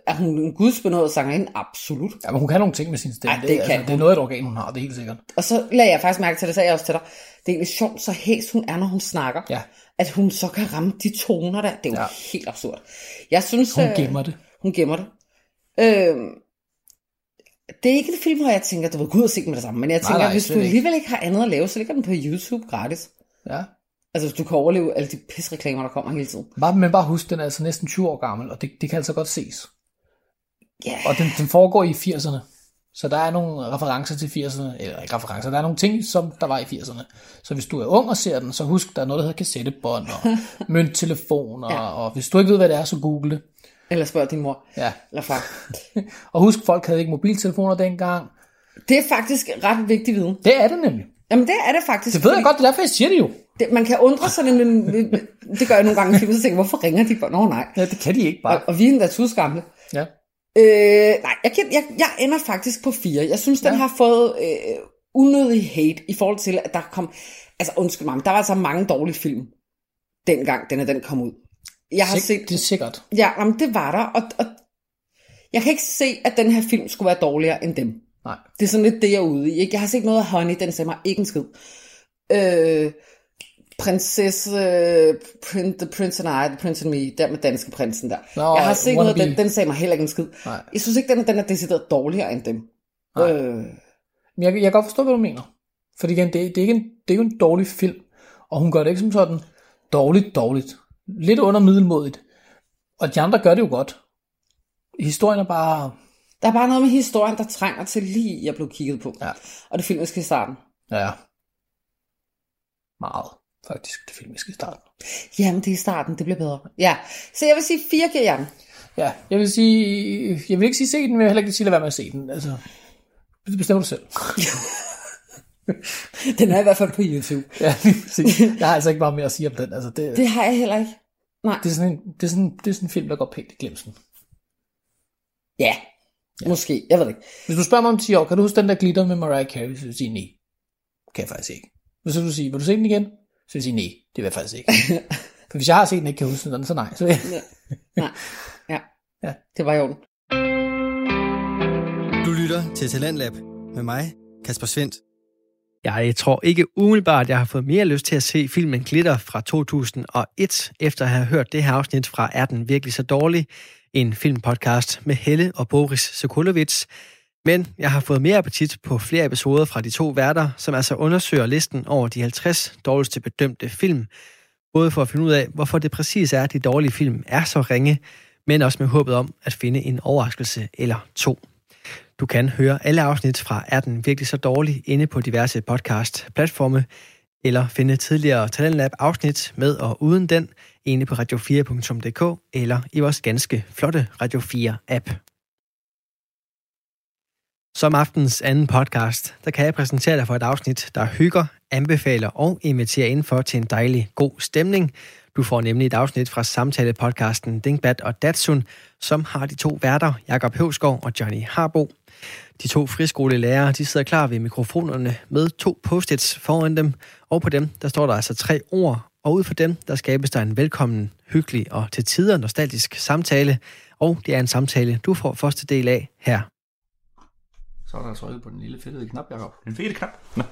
C: er hun en gudsbenået sangerinde? Absolut.
B: Ja, men hun kan nogle ting med sin stemme.
C: Ej, det kan
B: det er noget af et organ, hun har, det er helt sikkert.
C: Og så lagde jeg faktisk mærke til, det sagde jeg også til dig, det er egentlig sjovt, så hæs hun er, når hun snakker.
B: Ja.
C: At hun så kan ramme de toner der. Det er jo
B: Ja.
C: ja. helt absurd. Jeg synes...
B: Hun
C: øh,
B: gemmer det.
C: Hun gemmer det. Øh, det er ikke en film, hvor jeg tænker, du var gud og se den med det samme, men jeg
B: Nej,
C: tænker,
B: nej,
C: nej, hvis
B: slet
C: du
B: ikke.
C: alligevel ikke har andet at lave, så ligger den på YouTube gratis.
B: Ja.
C: Altså, hvis du kan overleve alle de pisreklamer, der kommer hele tiden.
B: Bare, men bare husk, den er altså næsten 20 år gammel, og det, det kan altså godt ses.
C: Ja.
B: Og den, den foregår i 80'erne. Så der er nogle referencer til 80'erne, eller ikke referencer, der er nogle ting, som der var i 80'erne. Så hvis du er ung og ser den, så husk, der er noget, der hedder kassettebånd og mønttelefoner, ja.
C: Ja.
B: og hvis du ikke ved, hvad det er, så google det.
C: Eller spørg din mor.
B: Ja.
C: Eller far.
B: Og husk, folk havde ikke mobiltelefoner dengang.
C: Det er faktisk ret vigtig viden.
B: Det er det nemlig.
C: Jamen, det er det faktisk.
B: Det ved jeg godt, det er derfor, jeg siger det jo.
C: Det, man kan undre sig nemlig, det gør jeg nogle gange i film, så tænker jeg, hvorfor ringer de? Nå nej.
B: Ja, det kan de ikke
C: Og,
B: bare.
C: og vi er endda tusgamle.
B: Ja.
C: Øh, nej, jeg, kan, jeg, jeg ender faktisk på fire. Jeg synes, den
B: Ja.
C: har fået øh, unødig hate i forhold til, at der kom... Altså, undskyld mig, men der var altså mange dårlige film, dengang den, her, den kom ud. Jeg har
B: Sik-
C: set...
B: Det er sikkert.
C: Ja, jamen, det var der, og, og jeg kan ikke se, at den her film skulle være dårligere end dem.
B: Nej.
C: Det er sådan lidt det, jeg er ude i. Ikke? Jeg har set noget af Honey, den sagde mig ikke en skid. Øh, prinsesse, prin, The Prince and I, The Prince and Me, der med danske prinsen der.
B: Nå,
C: jeg har set noget af den,
B: Wannabe.
C: den sagde mig heller ikke en skid.
B: Nej.
C: Jeg synes ikke, den, den er decideret dårligere end dem.
B: Nej.
C: Øh,
B: Men jeg, jeg kan godt forstå, hvad du mener. Fordi igen, det, det, er ikke en, det er jo en dårlig film, og hun gør det ikke som sådan dårligt, dårligt. Lidt under middelmodigt. Og de andre gør det jo godt. Historien er bare...
C: der er bare noget med historien, der trænger til lige, jeg blev kigget på.
B: Ja.
C: Og det filmiske i starten.
B: Ja. Meget, faktisk, det filmiske start.
C: Jamen, det er i starten, det bliver bedre. Ja, så jeg vil sige, fire giver jeg den.
B: Ja, jeg vil sige... Jeg vil ikke sige se den, men jeg vil heller ikke sige, lad være med at se den. Altså, det bestemmer du selv.
C: Den er i hvert fald på YouTube.
B: Ja, lige præcis. Jeg har altså ikke meget mere at sige om den. Altså, det,
C: Det har jeg heller ikke. Nej.
B: det, er sådan en, det, er sådan, det er sådan en film, der går pænt i glemsen.
C: Ja, ja. måske. Jeg ved det ikke.
B: Hvis du spørger mig om 10 år, kan du huske den der glitter med Mariah Carey? Så vil jeg sige, nej. Kan jeg faktisk ikke. Hvis så vil du sige, vil du se den igen? Så vil jeg sige, nej, det vil jeg faktisk ikke. For hvis jeg har set den, ikke kan huske den, så nej. Så vil jeg...
C: Nej. Ja.
B: Ja.
C: ja. Det var i orden.
H: Du lytter til Talentlab med mig, Kasper Svendt.
A: Jeg tror ikke umiddelbart, at jeg har fået mere lyst til at se filmen Glitter fra 2001, efter at have hørt det her afsnit fra Er den virkelig så dårlig? En filmpodcast med Helle og Boris Sokolovits. Men jeg har fået mere appetit på flere episoder fra de to værter, som altså undersøger listen over de 50 dårligste bedømte film. Både for at finde ud af, hvorfor det præcis er, at de dårlige film er så ringe, men også med håbet om at finde en overraskelse eller to. Du kan høre alle afsnit fra Er den virkelig så dårlig inde på diverse podcast-platforme, eller finde tidligere Talentlab-afsnit med og uden den inde på radio4.dk eller i vores ganske flotte Radio 4-app. Som aftens anden podcast, der kan jeg præsentere dig for et afsnit, der hygger, anbefaler og inviterer indenfor til en dejlig, god stemning. Du får nemlig et afsnit fra samtalepodcasten Dingbat og Datsun, som har de to værter, Jakob Høvskov og Johnny Harbo. De to friskolelærere, de sidder klar ved mikrofonerne med to post-its foran dem, og på dem, der står der altså tre ord, og ud for dem, der skabes der en velkommen, hyggelig og til tider nostalgisk samtale, og det er en samtale, du får første del af her.
E: Så er der trykket på den lille fedtede knap, Jacob.
D: Den fede knap. Nå.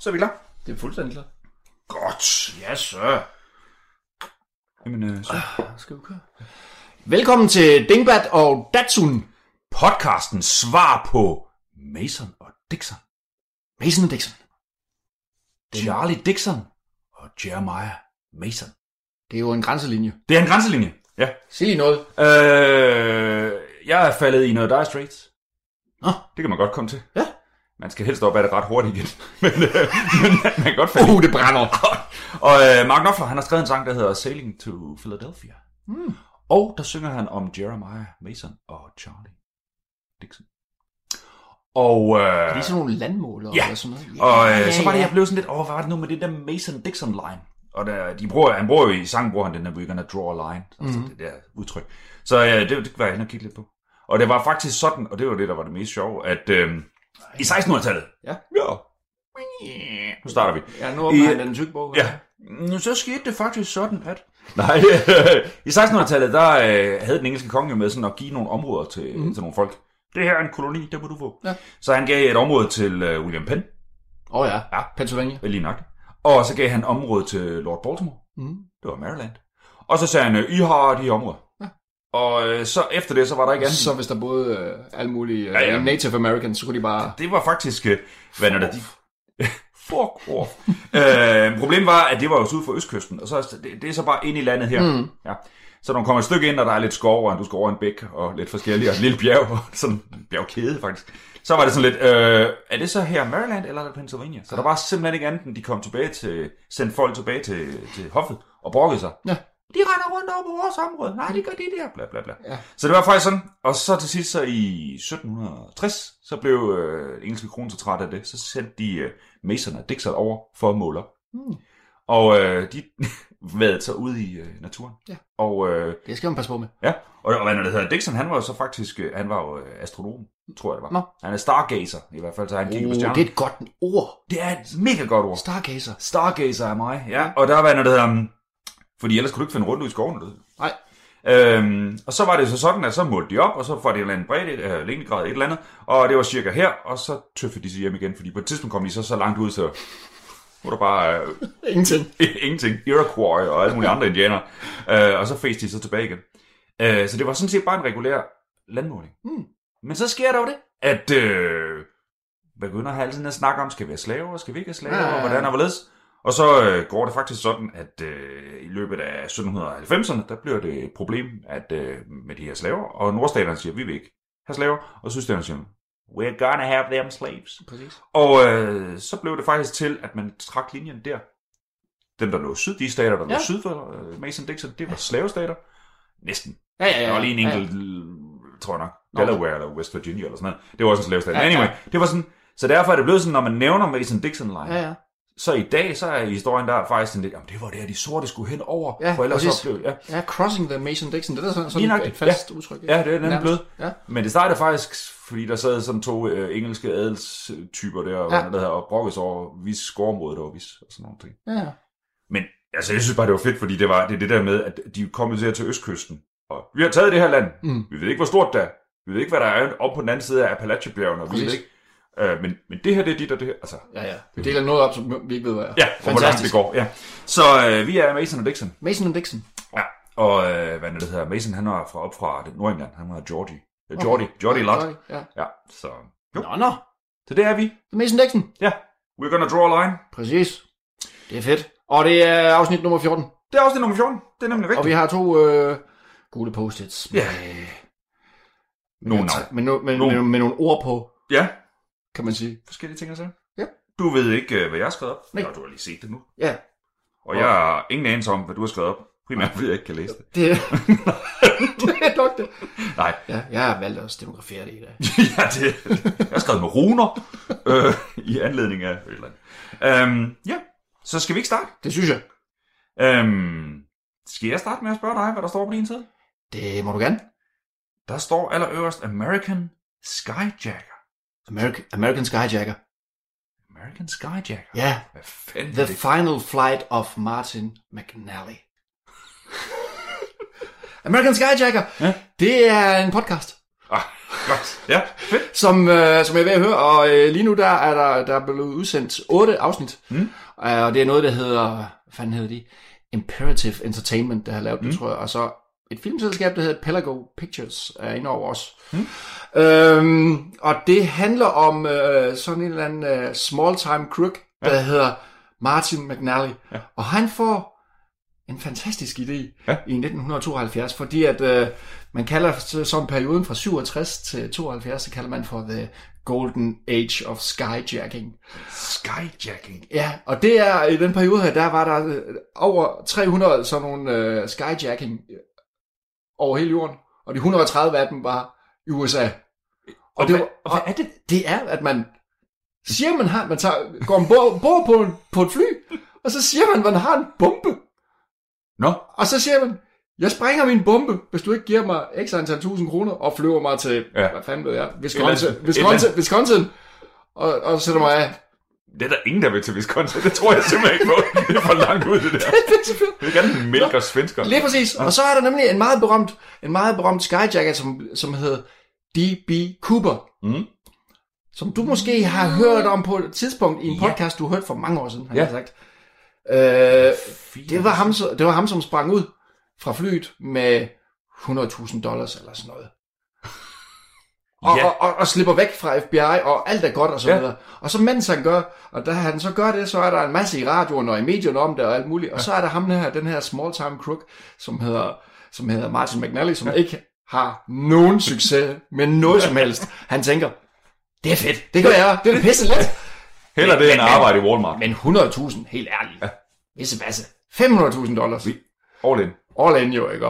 D: Så er vi klar.
E: Det er fuldstændig klart.
D: Godt. Ja, så. Jamen, øh, så.
E: Skal vi køre? Velkommen til Dingbat og Datsun.
D: Podcasten svar på Mason og Dixon.
E: Mason og Dixon.
D: Charlie Dixon og Jeremiah Mason.
E: Det er jo en grænselinje.
D: Det er en grænselinje. Ja.
E: Sig lige noget.
D: Øh, jeg er faldet i noget Dire Straits.
E: Nå.
D: Det kan man godt komme til.
E: Ja.
D: Man skal helst op af det ret hurtigt igen. men, øh, men man kan godt falde i.
E: Uh, det brænder.
D: Og øh, Mark Knopfler, han har skrevet en sang, der hedder Sailing to Philadelphia.
E: Mm.
D: Og der synger han om Jeremiah Mason og Charlie Dixon. Og, øh,
E: Det er sådan nogle landmåler
D: Ja.
E: eller sådan noget. Ja.
D: og øh, så var det,
E: ja.
D: jeg blev sådan lidt, åh, hvad var det nu med det der Mason-Dixon-line? Og der, de bruger, han bruger jo i sangen, bruger han den der, we're gonna draw a line, altså
E: Mhm.
D: mm-hmm. det der udtryk. Så øh, det, det var jeg inde og kigge lidt på. Og det var faktisk sådan, og det var det, der var det mest sjove, at øh, i 1600-tallet,
E: Ja.
D: ja, nu starter vi.
E: Ja, nu åbner
D: I-
E: han den tykke bog.
D: Ja. Nu så skete det faktisk sådan, at... Nej, i 1600-tallet, der øh, havde den engelske konge jo med sådan at give nogle områder til, mm. til nogle folk. Det her er en koloni, det må du få.
E: Mhm. Ja.
D: Så han gav et område til øh, William Penn,
E: Åh oh, ja. ja. Pennsylvania.
D: vel lige nok. Og så gav han området til Lord Baltimore.
E: Mm.
D: Det var Maryland. Og så sagde han, øh, I har de her områder.
E: Ja.
D: Og øh, så efter det, så var der ikke andet.
E: Så hvis der boede øh, alle mulige øh,
D: Ja,
E: ja,
D: ja.
E: ja. Native Americans, så kunne de bare...
D: Det var faktisk... Øh, hvad er det, de... Fuck off. øh, problemet var, at det var jo syd for østkysten, og så er det, det er så bare ind i landet her. Mm. Ja. Så når du kommer et stykke ind, og der er lidt skov, og du skal over en bæk, og lidt forskellige, og et lille bjerg, og sådan en bjergkæde faktisk, så var det sådan lidt, øh, er det så her Maryland, eller er det Pennsylvania? Så der var simpelthen ikke andet, end de kom tilbage til, sendte folk tilbage til, til hoffet, og brokkede sig.
E: Ja.
D: De render rundt over på vores område. Nej, de gør det der. Bla, bla, bla.
E: Ja.
D: Så det var faktisk sådan. Og så til sidst så i 1760, så blev øh, engelske kroner så træt af det. Så sendte de øh, Mason og Dixon over for at måle op.
E: Mm.
D: Og øh, de vadede så ud i øh, naturen.
E: Ja.
D: Og, øh,
E: Det skal man passe på med.
D: ja. og, og hvad nu det hedder, Dixon, han var jo så faktisk, øh, han var jo øh, astronom, tror jeg det var.
E: Nå.
D: Han er stargazer, i hvert fald, så han kigger på
E: Oh,
D: stjerner.
E: det er et godt ord.
D: det er et mega godt ord.
E: Stargazer.
D: Stargazer er mig, ja. Og der var noget, der hedder... um, Fordi ellers kunne du ikke finde rundt ud i skoven, du ved.
E: Nej.
D: Øhm, og så var det så sådan, at så målte de op, og så får det en eller anden bredde, øh, længdegrad, et eller andet, og det var cirka her, og så tøffede de sig hjem igen, fordi på et tidspunkt kom de så, så langt ud, så var der bare øh,
E: Ingenting.
D: ingenting, Iroquois og alle mulige andre indianere, øh, og så fæste de så tilbage igen. Øh, så det var sådan set bare en regulær landmåling.
E: Mm.
D: Men så sker der jo det, at øh, begynder at have altid at snakke om, skal vi have slaver, skal vi ikke have slaver,
E: Ja, ja,
D: ja,
E: ja.
D: hvordan og hvorledes. Og så øh, går det faktisk sådan, at øh, i løbet af 1790'erne, der bliver det et problem at, øh, med de her slaver, og nordstaterne siger, vi vil ikke have slaver, og sydstaterne siger, we're gonna have them slaves.
E: Præcis.
D: Og øh, så blev det faktisk til, at man trak linjen der. Dem, der lå syd, de stater, der ja. lå
E: Ja.
D: syd for øh, Mason-Dixon, det var slavestater. Næsten.
E: Ja, ja, ja.
D: Der var lige en enkelt, øh, tror jeg nok, Delaware eller West Virginia eller sådan noget. Det var også en slavestat. Ja,
E: Ja, ja.
D: anyway, det var sådan, så derfor er det blevet sådan, når man nævner Mason-Dixon-line,
E: Ja,
D: ja,
E: ja.
D: ja.
E: ja.
D: så i dag, så er historien der faktisk sådan lidt, jamen det var der, de sorte skulle hen over,
E: Ja,
D: for ellers
E: præcis.
D: så blev, ja.
E: Ja, crossing the Mason Dixon, det er sådan,
D: Lige
E: sådan
D: nok
E: et
D: det.
E: fast udtryk. ikke?
D: Ja, det er nemlig
E: Nærmest.
D: blevet.
E: Ja.
D: Men det startede faktisk, fordi der sad sådan to øh, engelske adelstyper der, og,
E: Ja.
D: ja. der havde, og brokkes over vis skovområdet over vis, og sådan nogle ting.
E: Ja, ja.
D: Men altså, jeg synes bare, det var fedt, fordi det var det, er det der med, at de kom jo til, til østkysten. Og vi har taget det her land.
E: Mm.
D: Vi ved ikke, hvor stort det er. Vi ved ikke, hvad der er oppe på den anden side af Appalachebjergene. Og vi ved
E: Præcis.
D: ikke. Øh, men, men det her, det er dit og det her. Altså,
E: ja, ja. Vi deler noget op, som vi ikke ved, hvad er.
D: ja, og hvor langt det går. Ja. Så øh, vi er Mason og Dixon.
E: Mason Dixon.
D: Ja. Og øh, hvad er det, det hedder? Mason, han er fra, op fra det- Nordengland. Han var Georgie. Øh, Georgie. Georgie Lott.
E: Ja.
D: Ja, så Jo.
E: Nå, nå.
D: Så det er vi.
E: The Mason Dixon.
D: Ja. We're gonna draw a line.
E: Præcis. Det er fedt. Og det er afsnit nummer 14.
D: Det er også det nummer 14. Det er nemlig
E: Og vi
D: rigtigt.
E: har to øh, gule post-its.
D: Ja. Nogle
E: med,
D: navn.
E: med, no- med,
D: Nogle.
E: med, med, nogle ord på,
D: Ja,
E: kan man sige.
D: forskellige ting og sager.
E: Ja.
D: Du ved ikke, øh, hvad jeg har skrevet op.
E: Nej.
D: Nå, du har lige set det nu.
E: Ja.
D: Og jeg har ingen anelse om, hvad du har skrevet op. Primært fordi jeg ikke kan læse det.
E: Det er, det er nok det.
D: Nej,
E: Ja, jeg har valgt at stenografere det i dag.
D: ja, det, jeg har skrevet med runer øh, i anledning af et eller andet. Øhm, ja, så skal vi ikke starte.
E: Det synes jeg.
D: Øhm, skal jeg starte med at spørge dig, hvad der står på din side?
E: Det må du gerne.
D: Der står allerøverst American Skyjacker.
E: American, American Skyjacker.
D: American Skyjacker?
E: Ja.
D: Hvad fanden er
E: The
D: det?
E: Final Flight of Martin McNally. American Skyjacker.
D: Ja.
E: Det er en podcast,
D: Ah, godt. Ja, fedt.
E: som, øh, som jeg er ved at høre. Og øh, lige nu der er der, der er blevet udsendt otte afsnit.
D: Mm.
E: Øh, og det er noget, der hedder... Hvad fanden hedder de? Imperative Entertainment, der har lavet det,
D: Mm.
E: tror jeg. Og så et filmselskab, der hedder Pelago Pictures, er inde over os.
D: Mm.
E: Øhm, og det handler om øh, sådan en eller anden øh, small-time crook, der ja. hedder Martin McNally.
D: Ja.
E: Og han får en fantastisk idé
D: Ja.
E: ja. i 1972, fordi at øh, man kalder så- sådan perioden fra 67 til 72, så kalder man for The Golden Age of Skyjacking.
D: Skyjacking.
E: Ja, og det er i den periode her, der var der øh, over 300 sådan nogle øh, skyjacking over hele jorden, og de 130 af dem var i USA. Og, det, var,
D: Og hvad er det?
E: det er, at man siger, man har, man tager, går ombord, bor på, en, på et fly, og så siger man, man har en bombe,
D: Nå,
E: og så siger man, jeg sprænger min bombe, hvis du ikke giver mig x antal tusind kroner, og flyver mig til,
D: Ja.
E: ja. hvad fanden ved jeg,
D: Et
E: Wisconsin,
D: eller andet- et
E: Wisconsin, Wisconsin og, og sætter mig af.
D: det er der ingen, der vil til Wisconsin. Det tror jeg simpelthen ikke på. Det er for langt ud, det der. Vi vil gerne mælke os svensker.
E: Lige præcis. Og så er der nemlig en meget berømt, en meget berømt skyjacker, som, som hedder D.B. Cooper.
D: Mm.
E: Som du måske har hørt om på et tidspunkt i en
D: Ja.
E: podcast, du hørte for mange år siden, har
D: Ja.
E: ja. jeg sagt. Øh, det, var ham, så- det var ham, som sprang ud fra flyet med 100.000 dollars eller sådan noget. Og,
D: Ja.
E: ja. og, og, og slipper væk fra FBI, og alt er godt og så
D: Ja.
E: videre. Og så mens han gør, og da han så gør det, så er der en masse i radioen og i medierne om det og alt muligt. Og så er der ham her, den her small time crook, som hedder, som hedder Martin McNally, som ikke har nogen succes med noget som helst. Han tænker, det er fedt, det gør jeg, det er pisse let.
D: Heller det end at arbejde i Walmart.
E: Men 100.000, helt ærligt. Ja. Visse masse. 500.000 dollars.
D: All in.
E: All in jo, ikke?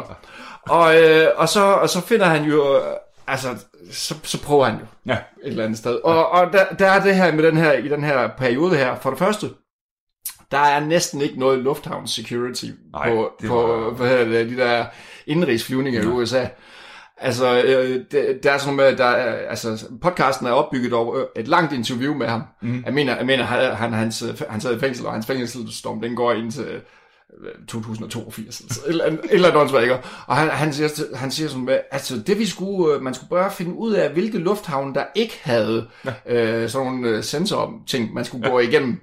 E: Og, øh, og, så, og så finder han jo, øh, altså, så, så prøver han jo
D: Ja.
E: et eller andet sted. Og, og der, der er det her med den her, i den her periode her, for det første, der er næsten ikke noget lufthavn security
D: Nej,
E: Nej, på,
D: det
E: på
D: var-
E: hvad hedder det, de der indrigsflyvninger i USA. Altså, øh, det, der er sådan noget med, at der er, altså, podcasten er opbygget over øh, et langt interview med ham. Mm. Jeg mener, jeg mener han, han, hans, øh, han sad i fængsel, og hans fængselsdom, den går ind til øh, 2082, eller, sådan- et eller, andet- et eller andet åndssvagt, ikke? Og han, han, siger, til- han siger sådan med, altså det vi skulle, øh, man skulle bare finde ud af, hvilke lufthavne, der ikke havde øh, sådan nogle øh, sensorting, man skulle gå igennem.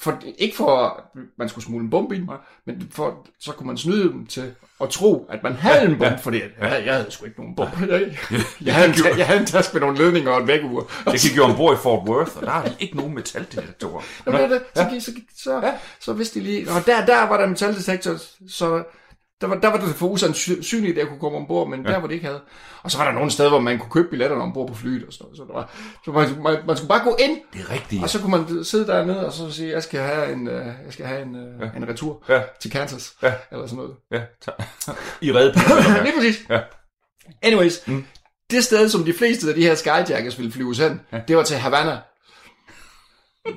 E: For, ikke for, at man skulle smule en bombe ind, men for, så kunne man snyde dem til at tro, at man havde en bombe, fordi jeg, jeg, jeg havde sgu ikke nogen bombe. Jeg, jeg, havde en, ta- jeg havde en taske med nogle ledninger og et vækkeur.
D: Jeg gik jo ombord i Fort Worth, og der er ikke nogen metaldetektorer.
E: Nå, men det, er det. så, gik- så, gik- så, så, så vidste de lige. Og der, der var der metaldetektor, så der var, der var det for usandsynligt, at jeg kunne komme ombord, men ja. der var det ikke havde. Og så var der nogle steder, hvor man kunne købe billetterne ombord på flyet og sådan noget. Så, der var, så man, man, man, skulle bare gå ind,
D: Det er rigtigt.
E: og så kunne man sidde dernede og så sige, jeg skal have en, øh, jeg skal have en, ja. en retur
D: Ja.
E: ja. til Kansas,
D: Ja.
E: ja. eller sådan noget.
D: Ja, tak. I redde piger.
E: Lige præcis.
D: Ja.
E: Anyways, mm. det sted, som de fleste af de her skyjackers ville flyves hen, ja. det var til Havana.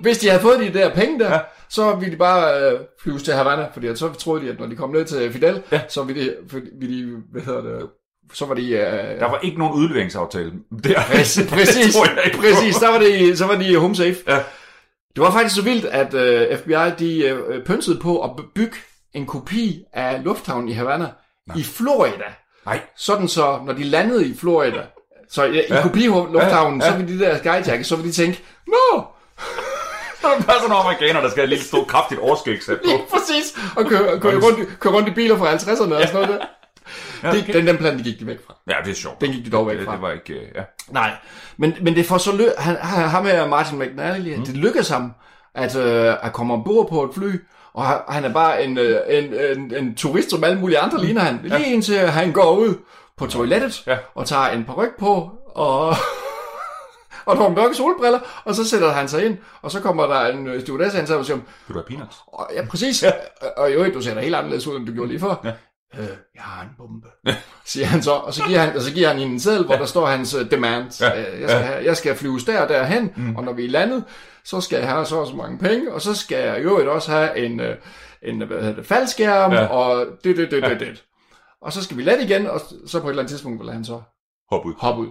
E: Hvis de havde fået de der penge der, ja. så ville de bare øh, flyves til Havana, fordi at så troede de, at når de kom ned til Fidel, ja. så ville de, ville de, hvad hedder det, så var de... Øh,
D: Der var ikke nogen udleveringsaftale. Det er
E: Præcis, præcis,
D: tror jeg ikke på.
E: præcis der var det, så var de home safe.
D: Ja.
E: Det var faktisk så vildt, at øh, FBI de øh, pyntede på at bygge en kopi af lufthavnen i Havana Nej. i Florida.
D: Nej.
E: Sådan så, når de landede i Florida, så ja, i ja. kopilufthavnen, ja. Ja. så ville de der skyjackers, så ville de tænke, Nå,
D: Så er der bare sådan nogle amerikanere, der skal have et lille stort kraftigt overskægsæt på.
E: lige præcis, og køre, køre, rundt, i- køre rundt i biler fra 50'erne og sådan noget der. De, den, den plan, de gik de væk fra.
D: Ja, det er sjovt.
E: Den gik de dog væk
D: det,
E: fra.
D: det var ikke... øh, Ja.
E: Nej, men, men det får så lø- han, han, ham her, Martin McNally, mm. det lykkes ham at, øh, at komme ombord på et fly, og han, han er bare en, øh, en, en, en turist, som alle mulige andre ligner han. Lige indtil han går ud på toilettet
D: Ja.
E: og tager en paryk på og, og nogle mørke solbriller, og så sætter han sig ind, og så kommer der en øh, stewardesse hen til ham og siger,
D: Vil du have peanuts?
E: "Åh, ja præcis, ja. og jo, du ser da helt anderledes ud, end du gjorde lige før. Ja. Øh, jeg har en bombe, siger han så. Og så giver han, og så giver han hende en seddel, hvor der står hans uh, demand.
D: Ja.
E: Ja. Øh, jeg, skal, have- jeg skal flyves der og derhen, mm. og når vi er landet, så skal jeg have så og så mange penge, og så skal jeg i øvrigt også have en, øh, en hvad hedder det, faldskærm,
D: Ja.
E: ja. og det, det, det, det, det. Og så skal vi lande igen, og så på et eller andet tidspunkt vil han så
D: Hop ud.
E: hoppe ud.